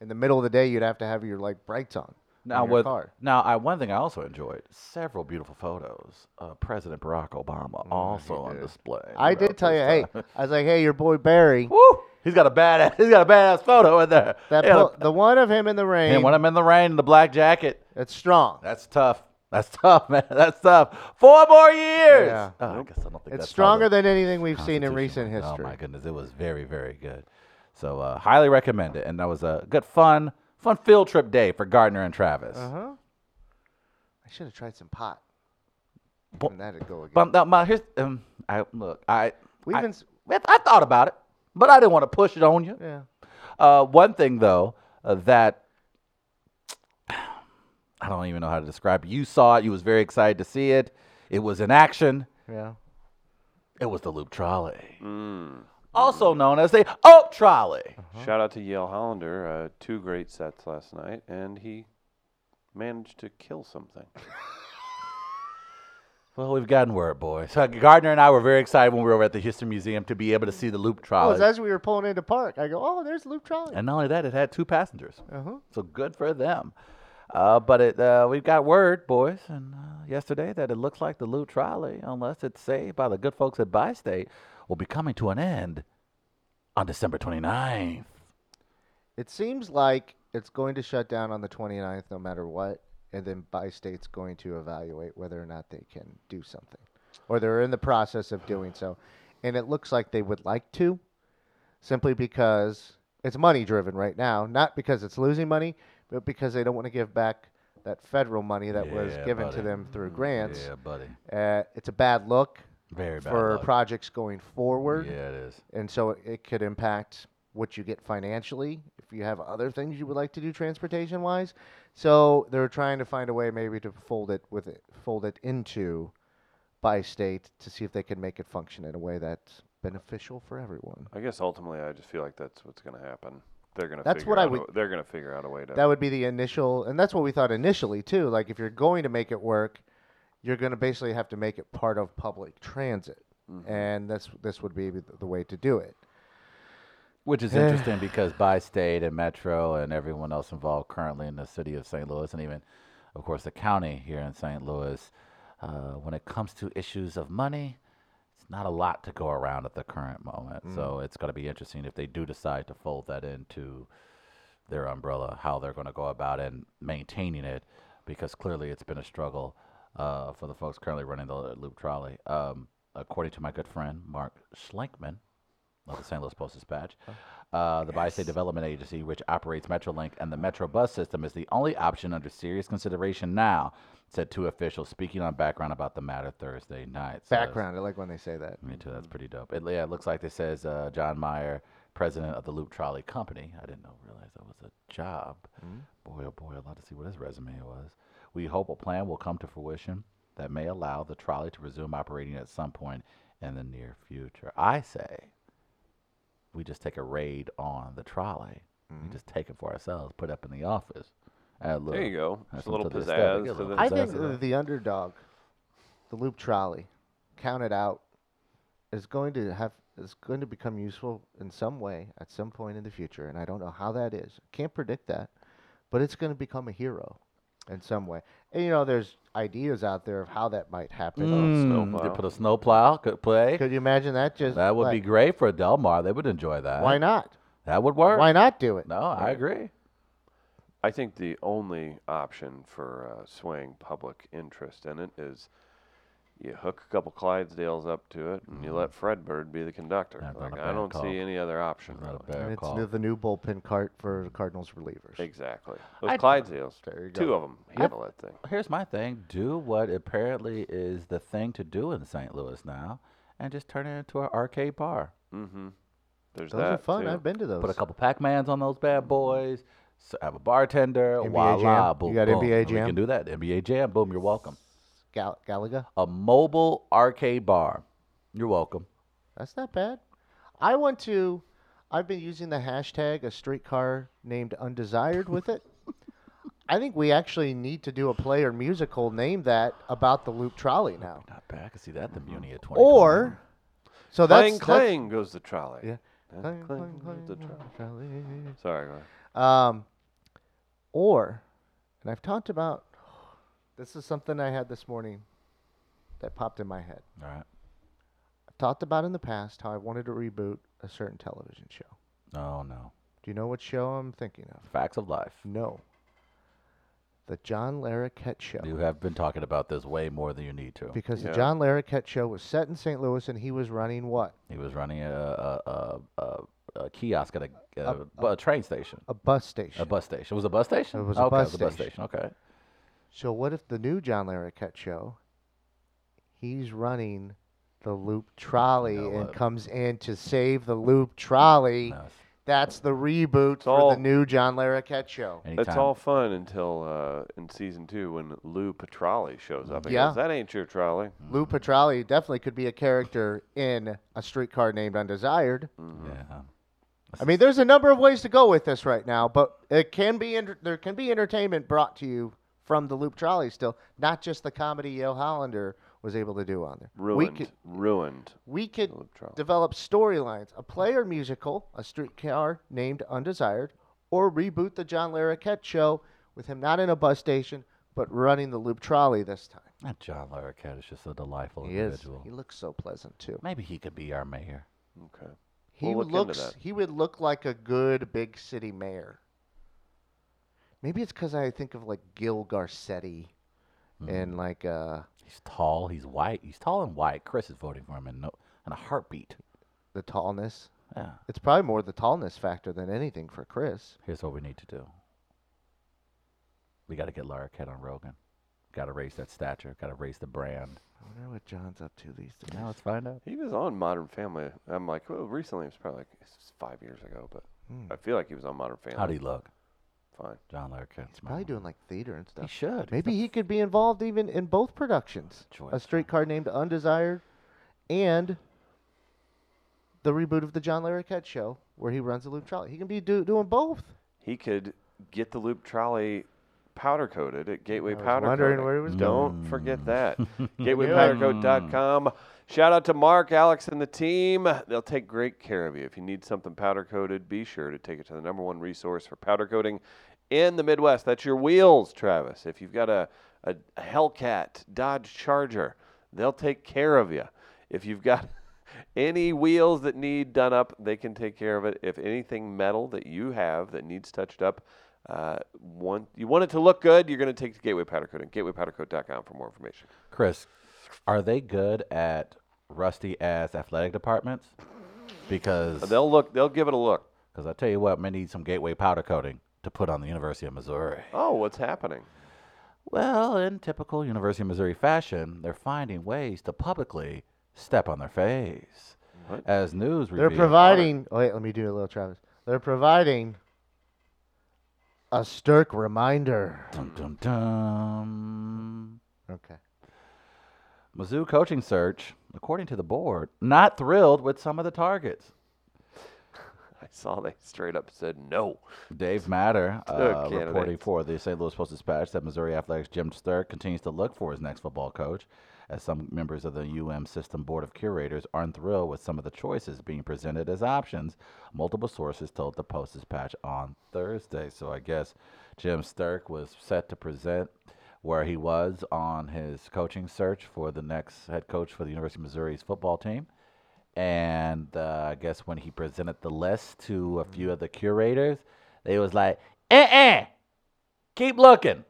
B: In the middle of the day, you'd have to have your like brights on.
A: Now
B: on your
A: with
B: car.
A: now, I one thing I also enjoyed several beautiful photos of President Barack Obama also on display.
B: Mm, I
A: throughout
B: did tell you,
A: this
B: hey,
A: time.
B: I was like, hey, your boy Barry.
A: woo, he's got a badass, he's got a badass photo in there.
B: That
A: Yeah,
B: po- the one of him in the rain.
A: and when I'm in the rain, in the black jacket,
B: That's strong.
A: that's tough. That's tough, man. That's tough. Four more years.
B: Yeah.
A: Oh, I guess I don't think
B: It's
A: that's
B: stronger
A: probably-
B: than anything we've seen in recent
A: Constitution.
B: history.
A: Oh my goodness, it was very very good. So uh, highly recommend it, and that was a good fun fun field trip day for Gardner and Travis.
B: Uh huh. I should have tried some pot.
A: Bu-
B: and that'd go again.
A: But um, my- here's um, I look I
B: We've
A: I,
B: been s-
A: I, I thought about it, but I didn't want to push it on you.
B: yeah.
A: Uh, one thing though uh, that I don't even know how to describe. it. You saw it. You was very excited to see it. It was in action.
B: Yeah.
A: It was the loop trolley,
C: Mm.
A: also known as the Oak trolley.
C: Shout out to Yale Hollander. Uh, two great sets last night, and he managed to kill something.
A: Well, we've gotten word, boys. So Gardner and I were very excited when we were over at the Houston Museum to be able to see the loop
B: Oh,
A: trolley.
B: it's as we were pulling into park, I go, oh, there's Luke Trolley.
A: and not only that, it had two passengers.
B: Uh huh.
A: So good for them. Uh, but it, uh, we've got word, boys, and uh, yesterday that it looks like the loop trolley, unless it's saved by the good folks at Bi State, will be coming to an end on December 29th.
B: It seems like it's going to shut down on the 29th no matter what, and then by state's going to evaluate whether or not they can do something, or they're in the process of doing so. And it looks like they would like to, simply because it's money driven right now, not because it's losing money, but because they don't want to give back that federal money that was
A: Yeah,
B: given to
A: buddy. Mm-hmm.
B: them through grants.
A: buddy.
B: Uh, it's a bad look
A: Very bad.
B: for
A: luck.
B: projects going forward
A: Yeah, it is.
B: and so it- it could impact what you get financially if you have other things you would like to do transportation wise so they're trying to find a way maybe to fold it with it fold it into by state to see if they can make it function in a way that's beneficial for everyone
C: I guess ultimately, I just feel like that's what's going to happen. They're going to.
B: That's what I would-
C: they're going to figure out a way to.
B: that would be the initial and that's what we thought initially too like if you're going to make it work you're going to basically have to make it part of public transit and that's this would be the the way to do it
A: Which is interesting because Bi State and Metro and everyone else involved currently in the city of St. Louis and even, of course, the county here in St. Louis, uh, when it comes to issues of money, it's not a lot to go around at the current moment. So it's going to be interesting if they do decide to fold that into their umbrella, how they're going to go about and maintaining it, because clearly it's been a struggle uh, for the folks currently running the loop trolley. Um, according to my good friend Mark Schlinkman of the St. Louis Post Dispatch, uh, the Bi State Development Agency, which operates MetroLink and the Metro bus system, is the only option under serious consideration now. Said two officials speaking on background about the matter Thursday night. So that's-
B: background i like when they say that
A: me too. That's pretty dope. It, yeah, it looks like this says uh, John Meyer, president of the Loop Trolley Company. I didn't know, realize that was a job.
C: Mm-hmm.
A: Boy, oh boy, I'd love to see what his resume was. We hope a plan will come to fruition that may allow the trolley to resume operating at some point in the near future. I say we just take a raid on the trolley. We just take it for ourselves, put it up in the office. add a
C: Mm-hmm. there
A: little-
C: you go.
A: add
C: Just a
A: some
C: little
A: to the aesthetic,
C: pizzazz
A: get a
C: to
A: little
C: the.
B: I
A: pizzazz
B: think
A: to that.
B: the, the underdog, the loop trolley, counted out, is going to have is going to become useful in some way at some point in the future, and I don't know how that is. Can't predict that, but it's going to become a hero in some way. And you know, there's ideas out there of how that might happen.
A: Mm,
C: snowplow.
A: you put a snowplow, could play.
B: Could you imagine that? Just
A: That would be
B: like,
A: great for Del Mar. They would enjoy that.
B: Why not?
A: That would work.
B: Why not do it?
A: No, I agree.
C: I think the only option for uh, swaying public interest in it is you hook a couple Clydesdales up to it and you
B: Mm-hmm.
C: let Fred Bird be the conductor.
A: Not- not
C: like,
A: a
C: I
A: bad
C: don't
A: call.
C: see any other option.
A: Not a
C: Really.
A: bad
B: And Oh, it's
A: call.
B: the, the new bullpen cart for the Cardinals relievers.
C: Exactly. Those
A: I'd-
C: Clydesdales,
B: There you
C: two
B: go.
C: of them, handle that thing.
A: Here's my thing: do what apparently is the thing to do in St. Louis now, and just turn it into an arcade bar.
C: Mm-hmm. There's
B: Those
C: that.
B: are fun.
C: too.
B: I've been to those.
A: Put a couple Pac-Mans on those bad boys. So have a bartender.
B: NBA
A: voila,
B: Jam?
A: boom,
B: You got
A: boom.
B: NBA
A: We
B: Jam?
A: can do that. NBA Jam. Boom. You're welcome.
B: Gal- Galaga.
A: A mobile arcade bar. You're welcome.
B: That's not bad. I want to. I've been using the hashtag a streetcar named Undesired with it. I think we actually need to do a play or musical named that about the loop trolley now.
A: Not bad. I can see that the Muni at 20.
B: Mm-hmm. Or, so that's
C: Clang, clang goes the trolley.
B: Yeah.
C: Clang,
B: that's-
C: clang goes the trolley. Sorry, go ahead.
B: Um, or, and I've talked about this is something I had this morning that popped in my head.
A: All right.
B: I've talked about in the past how I wanted to reboot a certain television show.
A: No, no.
B: Do you know what show I'm thinking of?
A: Facts of life.
B: No. The John Larroquette Show.
A: You have been talking about this way more than you need to.
B: Because
C: Yeah.
B: the John Larroquette Show was set in St. Louis and he was running what?
A: He was running a a, a, a, a kiosk at a, a, bu- a train station,
B: A bus station.
A: a bus station. Was it a bus station?
B: It was a
A: okay,
B: bus
A: it was a bus
B: station.
A: station. Okay.
B: so what if the new John Larroquette Show, he's running the loop trolley
A: know
B: and
A: what?
B: comes in to save the loop trolley?
A: Nice.
B: That's the reboot for
C: all-
B: the new John Larroquette Show.
A: Anytime.
C: It's all fun until uh, in season two when Lou Petrolli shows up. And
B: Yeah.
C: goes, that ain't your trolley.
B: Lou Petrolli definitely could be a character in A Streetcar Named Undesired.
A: Yeah.
B: I mean, there's a number of ways to go with this right now, but it can be enter- there can be entertainment brought to you from the loop trolley still, not just the comedy Yale Hollander was able to do on there. We
C: Ruined.
B: could
C: ruined.
B: we could
C: loop trolley.
B: develop storylines, a play or musical, a streetcar named Undesired, or reboot the John Larroquette show with him not in a bus station but running the loop trolley this time.
A: That John Larroquette is just a delightful
B: He is.
A: individual.
B: He looks so pleasant too.
A: Maybe he could be our mayor.
C: Okay.
B: He
C: We'll look into
B: looks.
C: that.
B: He would look like a good big city mayor. Maybe it's because I think of like Gil Garcetti,
A: Hmm.
B: and like uh,
A: He's tall. He's white. He's tall and white. Chris is voting for him in, no, in a heartbeat.
B: the tallness.
A: Yeah.
B: It's probably more the tallness factor than anything for Chris.
A: Here's what we need to do. We got to get Larroquette on Rogan. Got to raise that stature. Got to raise the brand.
B: I wonder what John's up to these days.
A: Now let's find out.
C: He was on Modern Family. I'm like, well, recently it was probably like it's five years ago, but
B: hmm,
C: I feel like he was on Modern Family.
A: How do you look,
C: Fine.
A: John Larroquette?
B: He's probably doing like theater and
A: He
B: stuff.
A: should. He's
B: Maybe
A: the-
B: he could be involved even in both productions.
A: Joy
B: A
A: of
B: streetcar named Undesired, and the reboot of the John Larroquette show where he runs a loop trolley. He can be do- doing both.
C: He could get the loop trolley powder coated at Gateway
B: was
C: Powder
B: wondering
C: Coating.
B: where he
A: Hmm.
B: was
C: Don't forget that. GatewayPowderCoat.com. Shout out to Mark, Alex, and the team. They'll take great care of you. If you need something powder coated, be sure to take it to the number one resource for powder coating in the Midwest. That's your wheels, Travis. If you've got a, a Hellcat, Dodge Charger, they'll take care of you. If you've got any wheels that need done up, they can take care of it. If anything metal that you have that needs touched up, uh, want, you want it to look good, you're going to take the Gateway Powder Coating, gatewaypowdercoat.com for more information.
A: Chris, are they good at rusty ass athletic departments? Because
C: They'll look. They'll give it a look.
A: because I tell you what, may need some gateway powder coating to put on the University of Missouri.
C: Oh, what's happening?
A: Well, in typical University of Missouri fashion, they're finding ways to publicly step on their face.
C: What?
A: As news
B: They're
A: revealed,
B: providing. oh, Wait, let me do a little Travis. They're providing a Stirk reminder.
A: Dum, dum, dum.
B: Okay.
A: Mizzou coaching search, according to the board, not thrilled with some of the targets.
C: I saw they straight up said no.
A: Dave Matter uh,
C: candidates.
A: reporting for the St. Louis Post Dispatch that Missouri Athletics Jim Sturck continues to look for his next football coach, as some members of the UM System Board of Curators aren't thrilled with some of the choices being presented as options. Multiple sources told the Post Dispatch on Thursday. So I guess Jim Sturck was set to present where he was on his coaching search for the next head coach for the University of Missouri's football team. And uh, I guess when he presented the list to a few of the curators, they was like, "Eh, eh, Keep looking.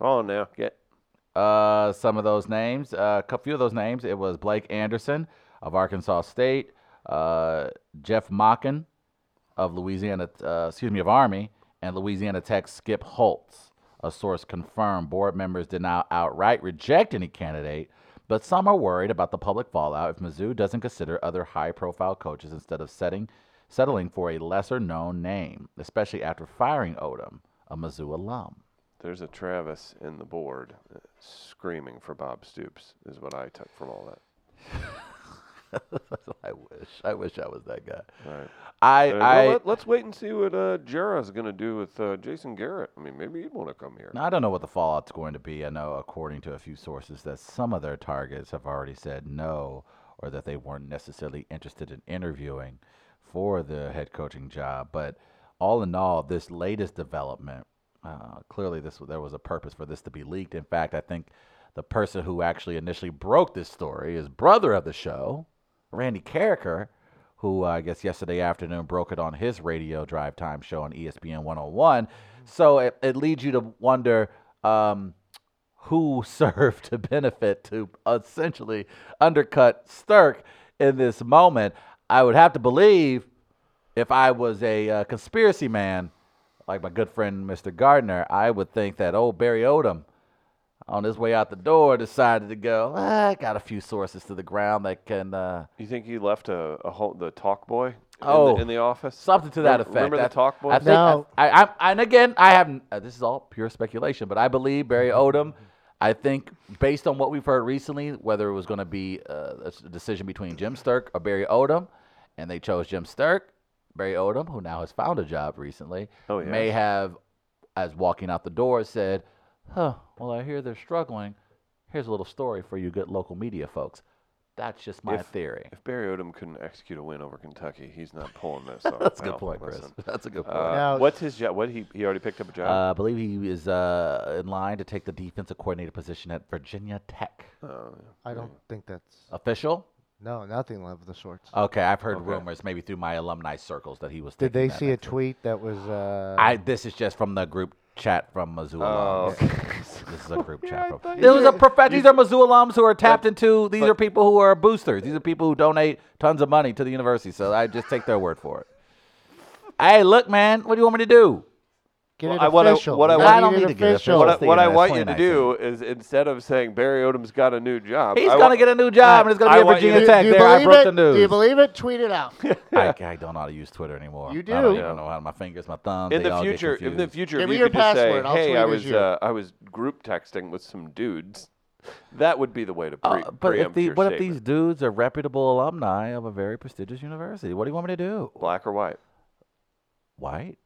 C: Oh, now get
A: Uh, some of those names, uh, a few of those names. It was Blake Anderson of Arkansas State, uh, Jeff Mockin of Louisiana, uh, excuse me, of Army, and Louisiana Tech Skip Holtz. A source confirmed board members did not outright reject any candidate, but some are worried about the public fallout if Mizzou doesn't consider other high-profile coaches instead of setting settling for a lesser-known name, especially after firing Odom, a Mizzou alum.
C: there's a Travis in the board uh, screaming for Bob Stoops is what I took from all that.
A: I wish. I wish I was that guy.
C: All right.
A: I,
C: Uh,
A: I,
C: well, let, us wait and see what uh, Jara's going to do with uh, Jason Garrett. I mean, maybe he'd want to come here.
A: I don't know what the fallout's going to be. I know, according to a few sources, that some of their targets have already said no, or that they weren't necessarily interested in interviewing for the head coaching job. But all in all, this latest development, uh, clearly, this there was a purpose for this to be leaked. In fact, I think the person who actually initially broke this story is brother of the show, Randy Carricker, who uh, I guess yesterday afternoon broke it on his radio drive time show on E ESPN 101. So it, it leads you to wonder um, who served to benefit to essentially undercut Stirk in this moment. I would have to believe if I was a uh, conspiracy man, like my good friend Mr. Gardner, I would think that old Barry Odom on his way out the door decided to go, "Ah, I got a few sources to the ground that can. Uh,
C: You think he left a, a whole, the talk boy in,
A: Oh,
C: the, in the office?
A: Something to that
C: Remember-
A: effect.
C: Remember
A: I-
C: the talk boy?
A: I think,
B: No.
A: I, I, I, and again, I haven't. Uh, this is all pure speculation, but I believe Barry Odom. I think based on what we've heard recently, whether it was going to be uh, a s- decision between Jim Stirk or Barry Odom, and they chose Jim Stirk, Barry Odom, who now has found a job recently,
C: Oh, yes.
A: may have, as walking out the door, said, "Huh? Well, I hear they're struggling. Here's a little story for you, good local media folks." That's just my
C: If-
A: theory.
C: If Barry Odom couldn't execute a win over Kentucky, he's not pulling this off.
A: That's a good
C: Well,
A: point, Chris.
C: listen.
A: That's a good point.
C: Uh,
B: Now-
C: what's his job? What he he already picked up a job.
A: Uh, I believe he is uh, in line to take the defensive coordinator position at Virginia Tech.
C: Oh, yeah.
B: I don't think that's
A: Official?
B: no, nothing of the sorts.
A: Okay, I've heard
C: Okay.
A: rumors maybe through my alumni circles that he was.
B: Did
A: taking
B: they
A: that
B: see a
A: next-
B: tweet that was? Uh,
A: I this is just from the group chat from Mizzou
C: Oh,
A: alums. This is a group chat. From,
C: thought
A: This was a
B: you-
A: prof- These are Mizzou alums who are tapped into. These are people who are boosters. These are people who donate tons of money to the university. So I just take their word for it. Hey, look, man, what do you want me to do?
B: get
C: Well,
B: it
C: I- what I-
B: official.
C: what I
B: We
A: want- I
B: need
A: don't
B: it
A: need to get it
B: official.
A: official.
C: What I,
A: Let's see,
C: what I
A: man,
C: want
A: it's
C: you to
A: 2019.
C: do is instead of saying Barry Odom's got a new job,
A: He's
C: I
A: gonna
C: wa-
A: get a new job, and it's gonna
C: I
A: be at
C: want you
A: Virginia
C: to-
A: Tech.
B: do you
A: There, I
B: believe
A: broke
B: it?
A: the news.
B: Do you believe it? Tweet it out.
A: I, I don't know how to use Twitter anymore.
B: You
A: I don't
B: do.
A: even know how my fingers, my thumbs.
C: in
A: they
C: the
A: all get
C: future. In the
A: confused.
C: future,
B: Give
C: if
B: me
C: you
B: your
C: could just say,
B: password, I'll
C: "Hey,
B: tweet
C: I
B: it
C: was
B: as you."
C: uh, I was group texting with some dudes," that would be the way to pre-
A: Uh, but if
C: preempt
A: the,
C: your
A: what if
C: statement.
A: these dudes are reputable alumni of a very prestigious university? What do you want me to do?
C: black or white,
A: White?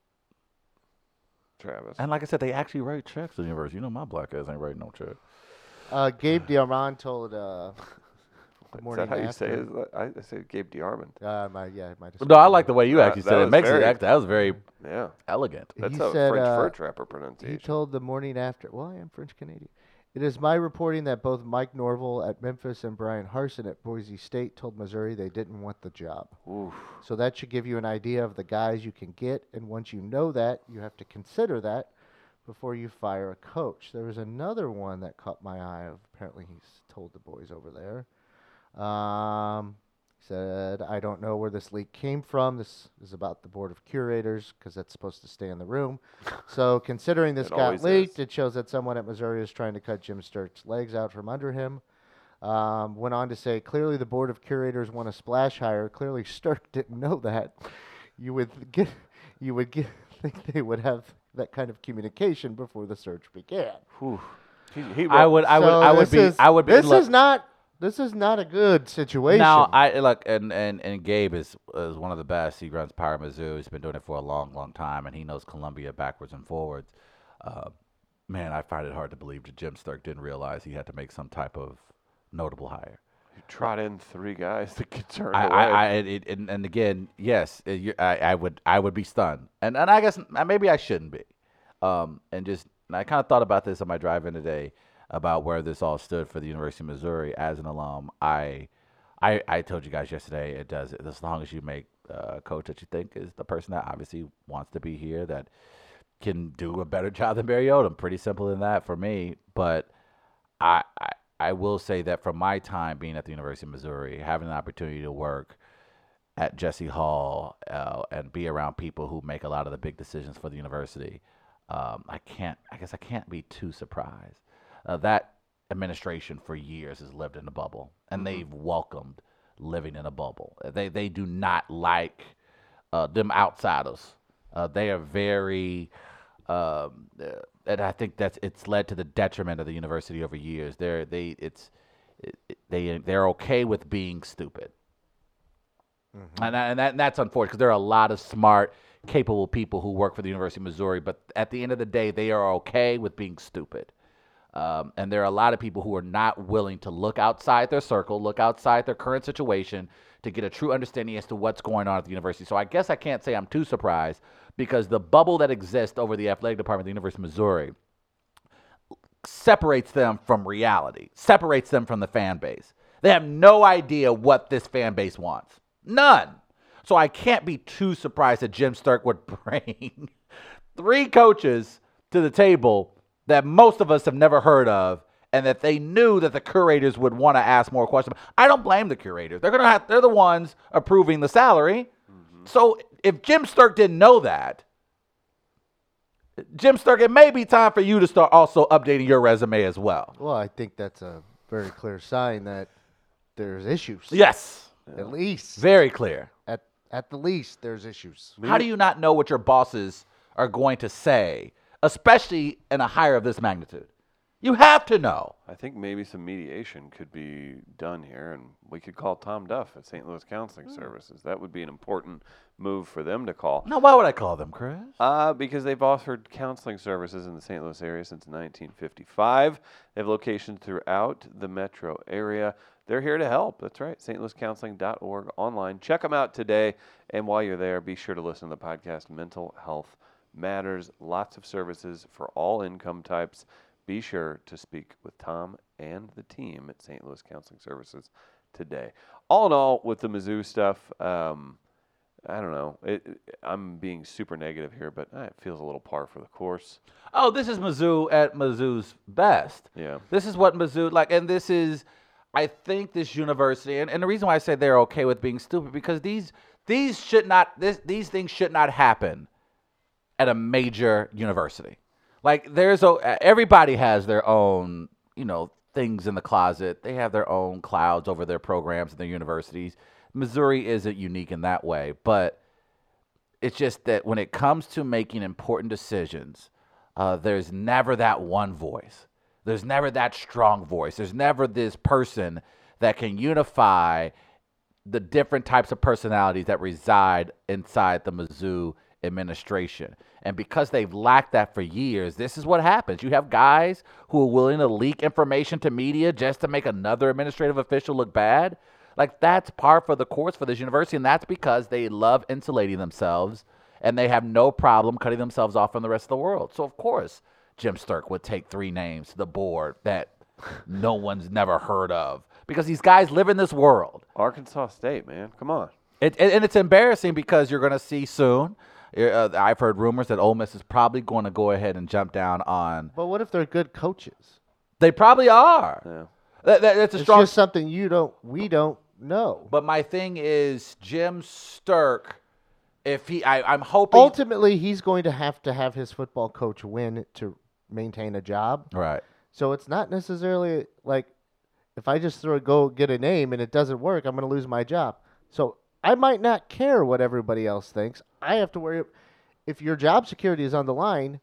C: Travis?
A: And like I said, they actually write checks to the university. You know, my black ass ain't writing no check.
B: Uh, Gabe Diarmond told. Uh, the
C: Is
B: morning
C: that how you say
B: after-
C: it? I, I say Gabe Diarmond.
B: Uh, my, yeah, my
A: No, I like the way you
C: Uh,
A: actually
C: that
A: said it.
C: was
A: Makes it
C: very-
A: act. That was very
C: Yeah,
A: elegant.
B: He
C: that's a
B: said,
C: French
B: uh,
C: fur trapper
B: He
C: pronunciation.
B: told the morning after, well, I am French Canadian. It is my reporting that both Mike Norville at Memphis and Brian Harson at Boise State told Missouri they didn't want the job.
C: Oof.
B: So that should give you an idea of the guys you can get. And once you know that, you have to consider that before you fire a coach. There was another one that caught my eye. Of, apparently, he's told the boys over there. Um, said, I don't know where this leak came from. This is about the board of curators because that's supposed to stay in the room. So, considering this
C: It
B: got
C: always
B: leaked,
C: is.
B: it shows that someone at Missouri is trying to cut Jim Sturt's legs out from under him. Um, went on to say, clearly the board of curators want a splash hire. Clearly Stark didn't know that. You would get, you would get, think they would have that kind of communication before the search began.
C: Oof. He, he
A: I
C: wrote-
A: would, I would, I
B: So
A: would
B: this
A: be,
B: is-
A: I would be.
B: This
A: look,
B: is not. This is not a good situation.
A: Now I look, and and and Gabe is is one of the best. He runs Power Mizzou. He's been doing it for a long, long time, and he knows Columbia backwards and forwards. Uh, man, I find it hard to believe that Jim Stark didn't realize he had to make some type of notable hire.
C: he trot in three guys that could turn
A: I,
C: away.
A: I, I and it, and, and again, yes, uh, you, I, I would, I would be stunned, and and I guess m- uh, maybe I shouldn't be, um, and just and I kind of thought about this on my drive in today about where this all stood for the University of Missouri as an alum. I, I, I told you guys yesterday it does as long as you make uh, a coach that you think is the person that obviously wants to be here that can do a better job than Barry Odom. Pretty simple than that for me. But I, I I will say that from my time being at the University of Missouri, having an opportunity to work at Jesse Hall uh, and be around people who make a lot of the big decisions for the university, um, I can't. I guess I can't be too surprised. Uh, that administration for years has lived in a bubble, and they've welcomed living in a bubble. They they do not like uh, them outsiders. Uh, they are very, um, uh, and I think that's it's led to the detriment of the university over years. They're they it's it, it- they they're okay with being stupid, and that, and, that, and that's unfortunate because there are a lot of smart, capable people who work for the University of Missouri. But at the end of the day, they are okay with being stupid. Um, and there are a lot of people who are not willing to look outside their circle, look outside their current situation to get a true understanding as to what's going on at the university. So I guess I can't say I'm too surprised because the bubble that exists over the athletic department at the University of Missouri separates them from reality, separates them from the fan base. They have no idea what this fan base wants. None. So I can't be too surprised that Jim Stark would bring three coaches to the table that most of us have never heard of and that they knew that the curators would want to ask more questions. I don't blame the curators. They're going to have they're the ones approving the salary. So if Jim Stark didn't know that, Jim Stark, it may be time for you to start also updating your resume as well.
B: Well, I think that's a very clear sign that there's issues.
A: Yes.
B: At least.
A: Very clear.
B: At, at the least, there's issues.
A: How do you not know what your bosses are going to say, especially in a hire of this magnitude? You have to know.
C: I think maybe some mediation could be done here, and we could call Tom Duff at St. Louis Counseling Services. That would be an important move for them to call.
A: Now, why would I call them, Chris?
C: Uh, because they've offered counseling services in the St. Louis area since 1955. They have locations throughout the metro area. They're here to help. That's right. stlouiscounseling.org online. Check them out today. And while you're there, be sure to listen to the podcast Mental Health Matters. Lots of services for all income types. Be sure to speak with Tom and the team at St. Louis Counseling Services today. All in all, with the Mizzou stuff, um, I don't know. It, it- I'm being super negative here, but uh, it feels a little par for the course.
A: Oh, this is Mizzou at Mizzou's best.
C: Yeah.
A: This is what Mizzou like, and this is, I think, this university, and, and the reason why I say they're okay with being stupid because these these should not this these things should not happen at a major university. Like there's a everybody has their own, you know, things in the closet. They have their own clouds over their programs and their universities. Missouri isn't unique in that way, but it's just that when it comes to making important decisions, uh, there's never that one voice. There's never that strong voice. There's never this person that can unify the different types of personalities that reside inside the Mizzou administration. And because they've lacked that for years, this is what happens. You have guys who are willing to leak information to media just to make another administrative official look bad. Like that's par for the course for this university, and that's because they love insulating themselves and they have no problem cutting themselves off from the rest of the world. So of course, Jim Sturk would take three names to the board that no one's never heard of because these guys live in this world.
C: Arkansas State, man. Come on.
A: It, and and it's embarrassing because you're going to see soon. Uh, I've heard rumors that Ole Miss is probably going to go ahead and jump down on.
B: But what if they're good coaches?
A: They probably are.
C: Yeah.
A: That- that- that's a
B: It's
A: strong.
B: just something you don't, we don't know.
A: but my thing is Jim Sturk. If he, I, I'm hoping.
B: Ultimately, he's going to have to have his football coach win to maintain a job.
A: right.
B: So it's not necessarily like if I just throw a go get a name and it doesn't work, I'm going to lose my job. So I might not care what everybody else thinks. I have to worry if your job security is on the line,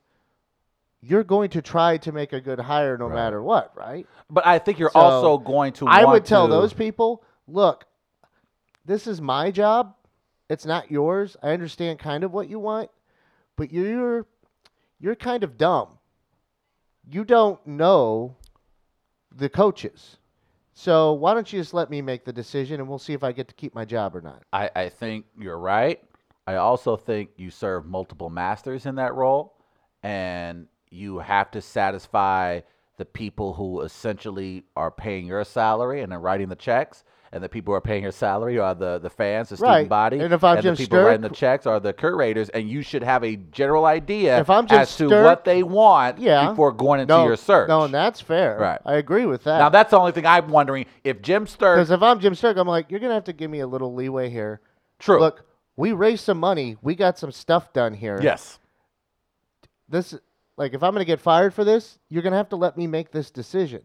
B: you're going to try to make a good hire no matter what, right?
A: But I think you're
B: So,
A: also going to.
B: I
A: want
B: would tell
A: to-
B: those people, look, this is my job. It's not yours. I understand kind of what you want, but you're you're kind of dumb. You don't know the coaches. So why don't you just let me make the decision and we'll see if I get to keep my job or not.
A: I, I think you're right. I also think you serve multiple masters in that role, and you have to satisfy the people who essentially are paying your salary and are writing the checks, and the people who are paying her salary are the, the fans, the student
B: Right.
A: body,
B: And if I'm Jim
A: the people writing the
B: Sturk-
A: checks are the curators, and you should have a general idea
B: If I'm Jim
A: as to
B: Sturk-
A: what they want
B: Yeah.
A: before going into
B: no,
A: your search.
B: No, and that's fair.
A: Right.
B: I agree with that.
A: now that's the only thing I'm wondering if Jim Sturk.
B: Because if I'm Jim Sturk, I'm like, you're gonna have to give me a little leeway here.
A: True.
B: Look, we raised some money. We got some stuff done here.
A: yes.
B: This, like, if I'm gonna get fired for this, you're gonna have to let me make this decision.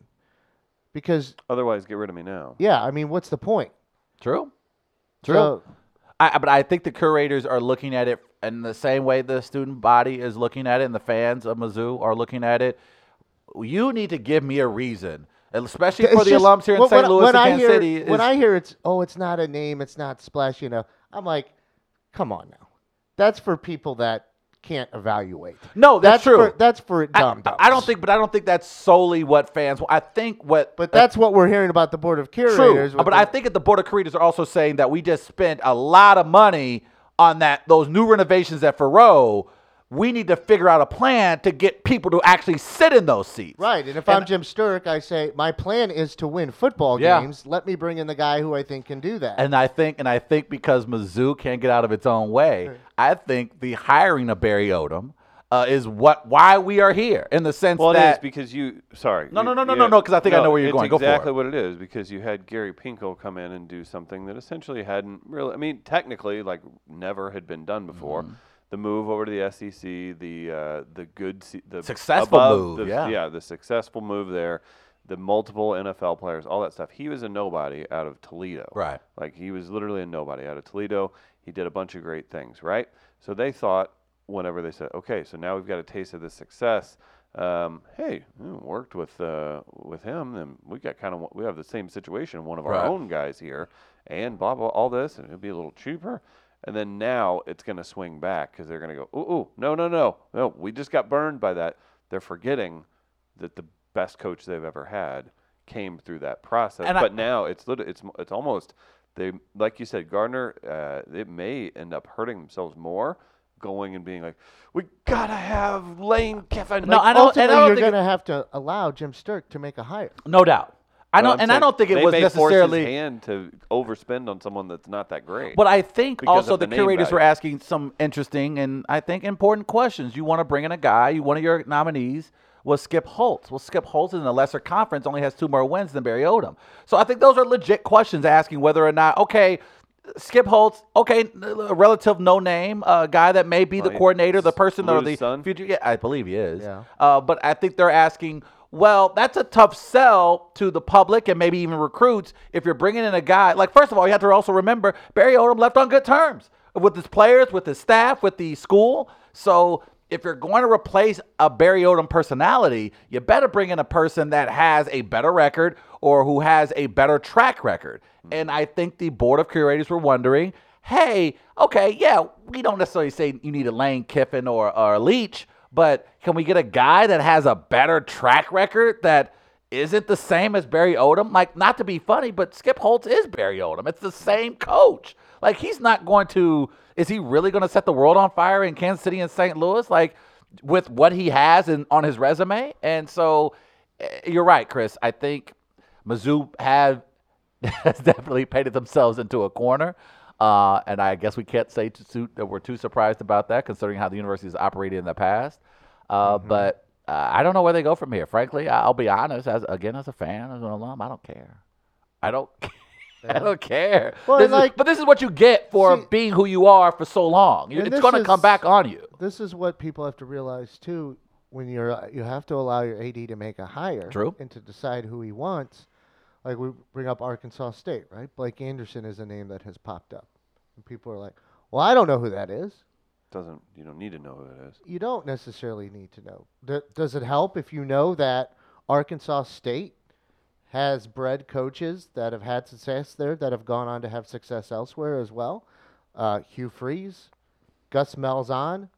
B: Because
C: Otherwise, get rid of me now.
B: yeah, I mean, what's the point?
A: True. True.
B: So,
A: I, I- but I think the curators are looking at it in the same way the student body is looking at it, and the fans of Mizzou are looking at it. You need to give me a reason, and especially for
B: it's
A: the
B: just-
A: alums here in
B: when-
A: St.
B: when-
A: Louis
B: when
A: and
B: I
A: Kansas
B: hear-
A: City.
B: When
A: is-
B: I hear it's, oh, it's not a name, it's not splashy enough. I'm like, come on now. That's for people that can't evaluate.
A: no, that's, true.
B: For, that's for
A: I-
B: dumb
A: I, don't think, but I don't think that's solely what fans. want. I think what,
B: But that's what we're hearing about the board of curators.
A: true.
B: with
A: But
B: the-
A: I think at the board of curators are also saying that we just spent a lot of money on that those new renovations at Faroe. We need to figure out a plan to get people to actually sit in those seats.
B: Right, and if I'm Jim Sturk, I say my plan is to win football
A: Yeah.
B: games. Let me bring in the guy who I think can do that.
A: And I think, and I think because Mizzou can't get out of its own way, I think the hiring of Barry Odom uh, is what why we are here in the sense
C: Well, it is
A: that
C: because you. Sorry.
A: No,
C: you-
A: no, no, no,
C: you
A: no,
C: had-
A: no, 'cause I think I know where you're
C: it's
A: going. Go for
C: exactly
A: it.
C: what it is because you had Gary Pinkel come in and do something that essentially hadn't really. I mean, technically, like never had been done before.
A: Mm-hmm.
C: The move over to the SEC, the uh, the good, se- the
A: Successful
C: above
A: move,
C: the-
A: yeah.
C: yeah, the successful move there, the multiple NFL players, all that stuff. He was a nobody out of Toledo.
A: Right.
C: Like he was literally a nobody out of Toledo. He did a bunch of great things, right? So they thought whenever they said, okay, so now we've got a taste of this success. Um, hey, we worked with uh, with him, and we got kind of we have the same situation. One of our
A: Right.
C: own guys here, and blah blah all this, and it'll be a little cheaper. And then now it's going to swing back because they're going to go, ooh, ooh, no, no, no, no. We just got burned by that. They're forgetting that the best coach they've ever had came through that process.
A: And I-
C: but now it's lit- it's m- it's almost they like you said, Gardner. Uh, it may end up hurting themselves more going and being like, we gotta have Lane Kiffin.
A: No,
C: Like,
A: I don't- and I don't
B: Ultimately, you're
A: think it-
B: going to have to allow Jim Sturk to make a hire.
A: no doubt. I
C: but
A: don't,
C: I'm
A: and I
C: saying
A: don't think it
C: they
A: was
C: may force his
A: necessarily.
C: hand to overspend on someone that's not that great.
A: But I think
C: because
A: also
C: of
A: the,
C: the name
A: curators were
C: value.
A: asking some interesting and I think important questions. You want to bring in a guy. You one of your nominees was Skip Holtz. Well, Skip Holtz is in a lesser conference only has two more wins than Barry Odom. So I think those are legit questions asking whether or not okay. Skip Holtz, okay, a relative no name, a guy that may be the
C: Right.
A: coordinator, the person or
C: Lou's
A: the
C: son?
A: future. Yeah, I believe he is.
B: Yeah.
A: Uh, but I think they're asking, well, that's a tough sell to the public and maybe even recruits if you're bringing in a guy. Like, first of all, you have to also remember Barry Odom left on good terms with his players, with his staff, with the school. So if you're going to replace a Barry Odom personality, you better bring in a person that has a better record or who has a better track record. And I think the board of curators were wondering, hey, okay, yeah, we don't necessarily say you need a Lane Kiffin or, or a Leach, but can we get a guy that has a better track record that isn't the same as Barry Odom? Like, not to be funny, but Skip Holtz is Barry Odom. It's the same coach. Like, he's not going to, is he really going to set the world on fire in Kansas City and St. Louis? Like, with what he has in, on his resume? And so eh, you're right, Chris. I think Mizzou have has definitely painted themselves into a corner. Uh, and I guess we can't say to suit that we're too surprised about that, considering how the university has operated in the past. Uh,
B: Mm-hmm.
A: But uh, I don't know where they go from here. Frankly, I- I'll be honest. As again, as a fan, as an alum, I don't care. I don't. I don't care.
B: Well,
A: This
B: and
A: is-
B: like-
A: but this is what you get for
B: See-
A: being who you are for so long. You-
B: And
A: It's
B: this
A: going to come
B: is-
A: back on you.
B: This is what people have to realize too. When you're, uh, you have to allow your AD to make a hire
A: True.
B: and to decide who he wants. Like we bring up Arkansas State, right? Blake Anderson is a name that has popped up, and people are like, "Well, I don't know who that is."
C: doesn't you don't need to know who it is.
B: you don't necessarily need to know. D- does it help if you know that Arkansas State has bred coaches that have had success there that have gone on to have success elsewhere as well? Uh, Hugh Freeze, Gus Malzahn,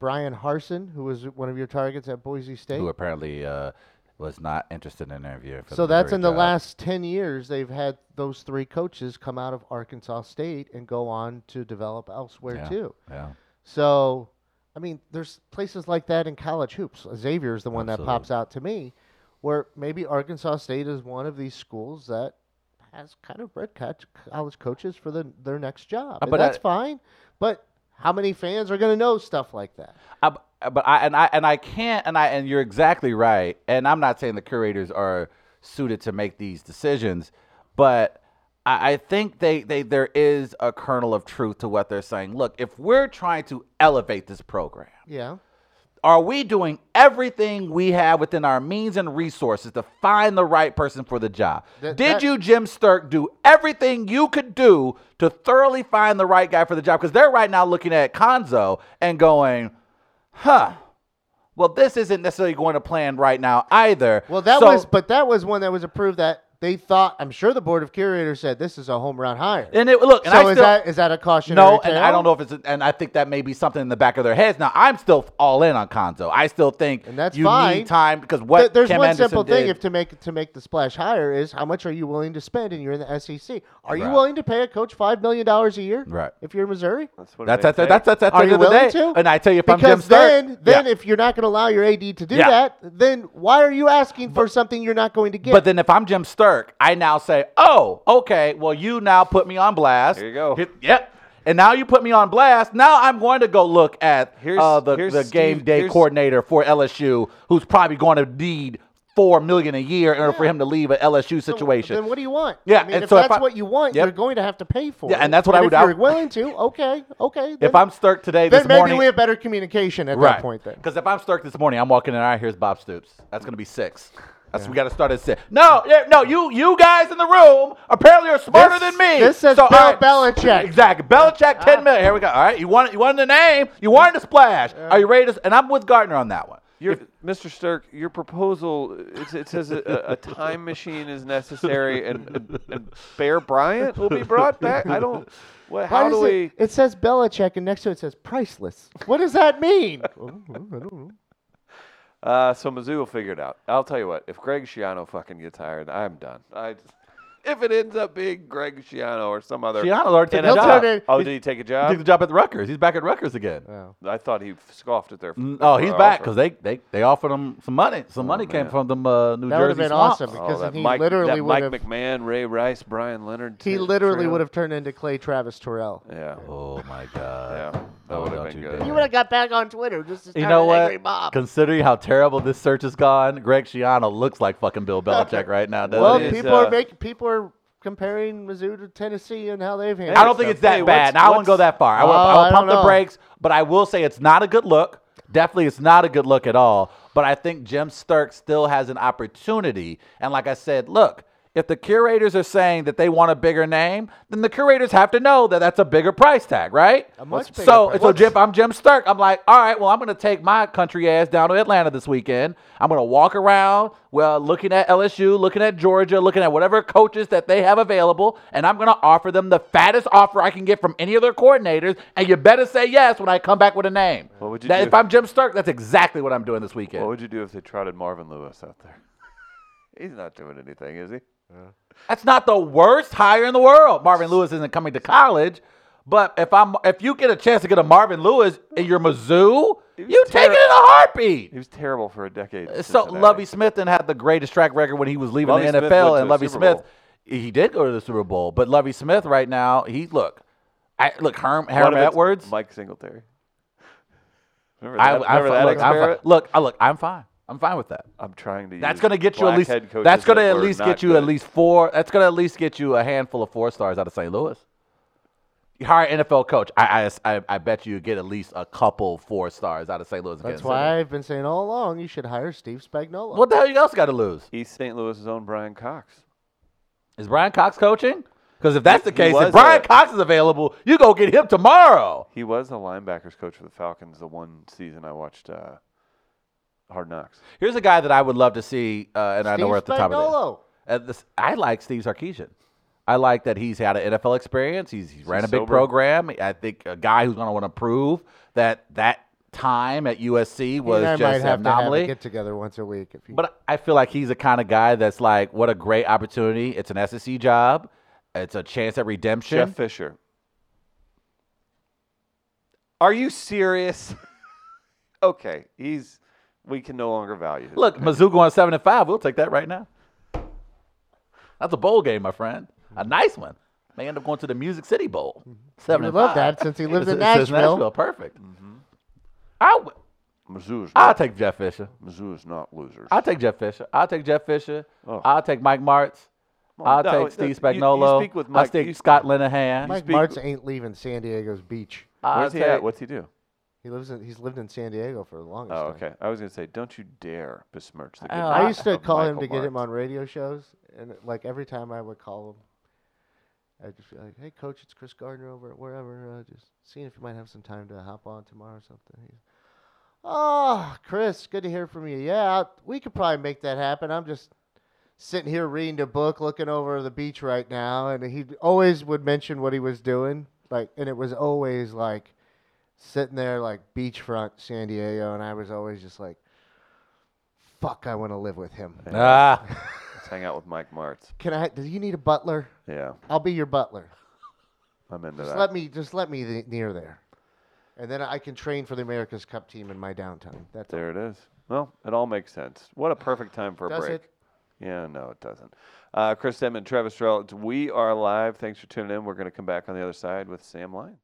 B: Brian Harson, who was one of your targets at Boise State.
A: Who apparently uh, was not interested in interviewing. For
B: So
A: the
B: that's
A: Missouri
B: in the
A: job.
B: last 10 years they've had those three coaches come out of Arkansas State and go on to develop elsewhere
A: Yeah.
B: too.
A: Yeah.
B: So, I mean, there's places like that in college hoops. Xavier is the one that
A: Absolutely.
B: pops out to me, where maybe Arkansas State is one of these schools that has kind of bred catch college coaches for the, their next job.
A: Uh,
B: And
A: but
B: that's
A: I-
B: fine. But how many fans are going to know stuff like that?
A: I, but I and I and I can't and I and you're exactly right. And I'm not saying the curators are suited to make these decisions, but I, I think they, they there is a kernel of truth to what they're saying. Look, if we're trying to elevate this program,
B: Yeah.
A: are we doing everything we have within our means and resources to find the right person for the job?
B: That-
A: Did
B: that-
A: you, Jim Stirk, do everything you could do to thoroughly find the right guy for the job? Because they're right now looking at Conzo and going, huh. Well, this isn't necessarily going to plan right now either.
B: Well, that
A: So-
B: was, but that was one that was approved that they thought, I'm sure the board of curators said this is a home run hire.
A: and it look. And
B: so
A: I
B: is
A: still-
B: that is that a cautionary
A: No, and I
B: tale?
A: don't know if it's, and I think that may be something in the back of their heads. Now, I'm still all in on Conzo. I still think
B: And that's
A: you
B: fine.
A: need time because what
B: Th- there's
A: Kim
B: one
A: Anderson
B: simple thing
A: did-
B: if to make to make the splash higher is how much are you willing to spend and you're in the SEC? Are you
A: Right.
B: willing to pay a coach five million dollars a year?
A: Right.
B: If you're in Missouri?
C: That's what
A: That's
C: they
A: that's, that's
C: take.
A: that's that's
B: Are you
A: the end of the
B: willing
A: day.
B: to?
A: And I tell you, if I'm Jim
B: Because
A: Stark,
B: then, then
A: yeah.
B: if you're not going to allow your AD to do
A: Yeah.
B: that, then why are you asking for something you're not going to get?
A: but then if I'm Jim Stark, I now say, oh, okay, well you now put me on blast.
C: There you go.
A: Hit- yep. And now you put me on blast. Now I'm going to go look at
C: Here's-
A: uh, the,
C: here's
A: the game
C: Steve-
A: day
C: here's-
A: coordinator for LSU, who's probably going to need four million a year in order for him to leave an LSU
B: So
A: situation.
B: Then what do you want?
A: Yeah,
B: I mean,
A: and
B: if
A: so if
B: that's
A: I-
B: what you want,
A: Yep.
B: you're going to have to pay for
A: Yeah,
B: it.
A: and that's what I would-
B: If
A: I
B: you're
A: would-
B: willing to, okay, okay.
A: if
B: then-
A: I'm Stark today,
B: then
A: this
B: maybe
A: morning,
B: we have better communication at that point. Then
A: Because if I'm stuck this morning, I'm walking in. All right, here's Bob Stoops. That's gonna be six. That's we got to start at six. No, yeah, no, you you guys in the room apparently are smarter
B: This-
A: than me.
B: this says
A: all
B: Bill Belichick. Uh,
A: Exactly, Belichick. Ten million. Here we go. All right, you wanted you wanted the name. You wanted the splash. Are you ready to? And I'm with Gardner on that one.
C: Your, Mr. Stirk, your proposal it, it says a, a- a time machine is necessary, and, and, and Bear Bryant will be brought back. I don't. What,
B: Why
C: how
B: does
C: do we?
B: it, it says Belichick, and next to it says priceless. What does that mean? Oh, I don't know.
C: Uh, so Mizzou will figure it out. I'll tell you what. If Greg Schiano fucking gets hired, I'm done. I just, if it ends up being Greg Schiano or some other.
A: Gianna's already taken
C: And
A: the
B: He'll
A: job.
B: turn it-
C: oh, did he take a
A: He took
C: job?
A: the job at the Rutgers. He's back at Rutgers again.
B: Wow.
C: I thought he scoffed at their.
A: Mm, Oh, he's
C: their
A: back
C: offer.
A: because they, they they offered him some money. Some money came
C: Oh, man.
A: from them uh, New
B: That would've
A: Jersey
B: been
A: swamps.
B: awesome.
C: Oh,
B: because
C: that
B: he
C: Mike,
B: literally
C: that Mike
B: would've-
C: McMahon, Ray Rice, Brian Leonard.
B: He
C: t-
B: literally
C: trio.
B: would have turned into Clay Travis Terrell.
C: Yeah.
A: Oh my
C: Yeah.
A: god.
C: That
A: Oh,
C: would've
A: don't
C: been
A: you
C: good.
A: dare.
C: You
B: have got back on Twitter just to
A: You know what? Considering how terrible this search has gone, Greg Schiano looks like fucking Bill Belichick right now. Doesn't
B: Well,
A: he?
C: is,
B: people
C: uh,
B: are making people are comparing Mizzou to Tennessee and how they've handled.
A: I don't think
B: stuff.
A: it's that
C: Hey, what's-
A: bad. Now I wouldn't go
C: what's-
A: that far. I will,
B: Oh,
A: I
B: I
A: will
B: don't
A: pump the
B: know.
A: brakes, but I will say it's not a good look. Definitely, it's not a good look at all. But I think Jim Stirk still has an opportunity. And like I said, look, if the curators are saying that they want a bigger name, then the curators have to know that that's a bigger price tag, right?
B: A much bigger
A: so,
B: price
A: so
B: tag.
A: Jim, I'm Jim Stirk. I'm like, all right, well, I'm going to take my country ass down to Atlanta this weekend. I'm going to walk around, well, looking at LSU, looking at Georgia, looking at whatever coaches that they have available, and I'm going to offer them the fattest offer I can get from any of their coordinators. And you better say yes when I come back with a name.
C: What would you
A: That-
C: do?
A: If I'm Jim Stirk, that's exactly what I'm doing this weekend.
C: What would you do if they trotted Marvin Lewis out there? He's not doing anything, is he?
A: That's not the worst hire in the world. Marvin Lewis isn't coming to college, but if I'm if you get a chance to get a Marvin Lewis and you're Mizzou,
C: was
A: you take it in
C: terri-
A: a heartbeat.
C: He was terrible for a decade. in
A: So
C: Cincinnati.
A: Lovey Smith then had the greatest track record when he was leaving
C: Lovie
A: the
C: Smith went
A: NFL,
C: to
A: and
C: the
A: Lovey
C: Super
A: Smith
C: Bowl.
A: he did go to the Super Bowl, but Lovey Smith right now he look, I, look Herm
C: One
A: Herm
C: of it's
A: Edwards.
C: Mike Singletary. Remember
A: I,
C: that,
A: I'm, fi-
C: remember that
A: look, I'm, fi-
C: experiment?
A: look, I- look, I'm fine. I'm fine with that.
C: I'm trying to.
A: That's
C: use
A: going to get you at
C: black
A: least.
C: head coaches
A: That's going to
C: that
A: at
C: were
A: least
C: not
A: get you at
C: good.
A: least four. That's going to at least get you a handful of four stars out of St. Louis. You hire an NFL coach. I I, I, I bet you get at least a couple four stars out of St. Louis. and Kansas
B: That's
A: City.
B: why I've been saying all along you should hire Steve Spagnuolo.
A: What the hell you else got to lose?
C: East St. Louis's own Brian Cox.
A: Is Brian Cox coaching? Because if that's the
C: He
A: case,
C: was
A: if Brian
C: a-
A: Cox is available, you go get him tomorrow.
C: He was the linebackers coach for the Falcons. The one season I watched uh, Hard Knocks.
A: Here's a guy that I would love to see, uh, and I know
B: Steve
A: we're at the top of this.
B: Spagnuolo.
A: At this, I like Steve Sarkeesian. I like that he's had an NFL experience. He's, he's ran a big
C: sober.
A: program. I think a guy who's going to want to prove that that time at USC
B: He
A: was
B: and I
A: just
B: might have
A: an
B: to have a
A: anomaly.
B: get together once a week if you.
A: But I feel like he's the kind of guy that's like, what a great opportunity. It's an SEC job. It's a chance at redemption.
C: Jeff Fisher. Are you serious? okay, he's. We can no longer value. his
A: Look, Mizzou going seven and five. We'll take that right now. That's a bowl game, my friend. a
C: Mm-hmm.
A: nice one. May end up going to the Music City Bowl. Seven.
B: would
A: and
B: love
A: five.
B: that since he lives
A: It
B: in
A: says- it says
B: Nashville.
A: Perfect.
C: Mm-hmm.
A: I w-
C: Mizzou's
A: I'll
C: not,
A: take Jeff Fisher.
C: Mizzou's not losers.
A: I'll take Jeff Fisher. I'll take Jeff Fisher.
C: Oh.
A: I'll take Mike Martz.
C: Well,
A: I'll
C: no,
A: take
C: no,
A: Steve
C: you- you
A: Spagnolo.
C: speak with
A: I'll
C: Mike- you
A: take
C: sp-
A: Scott Linehan.
B: Mike
C: speak-
B: Martz ain't leaving San Diego's beach.
A: I'll
C: Where's he
A: take-
C: at? What's he do?
B: He lives in, he's lived in San Diego for the longest time.
C: Oh, okay. I was gonna say, don't you dare besmirch the good
A: Oh,
C: name
A: I-
B: I used to
C: of
B: call him
C: Michael
B: to get him
C: Martz.
B: on radio shows, and like every time I would call him, I'd just be like, "Hey, coach, it's Chris Gardner over at wherever. Uh, just seeing if you might have some time to hop on tomorrow or something." He's, "Oh, Chris, good to hear from you. Yeah, we could probably make that happen. I'm just sitting here reading a book, looking over the beach right now." And he always would mention what he was doing, like, and it was always like sitting there like beachfront San Diego, and I was always just like. Fuck! I want to live with him.
A: Ah,
C: Let's hang out with Mike Martz.
B: Can I? Do you need a butler?
C: Yeah,
B: I'll be your butler.
C: I'm into
B: Just
C: that.
B: let me. Just let me th- near there, and then I can train for the America's Cup team in my downtime. That's all.
C: There it is. Well, it all makes sense. What a perfect time for a
B: Does
C: break.
B: it?
C: Yeah, no, it doesn't. Uh, Chris Edmond, Travis Rell, it's We Are Live. Thanks for tuning in. We're going to come back on the other side with Sam Lyons.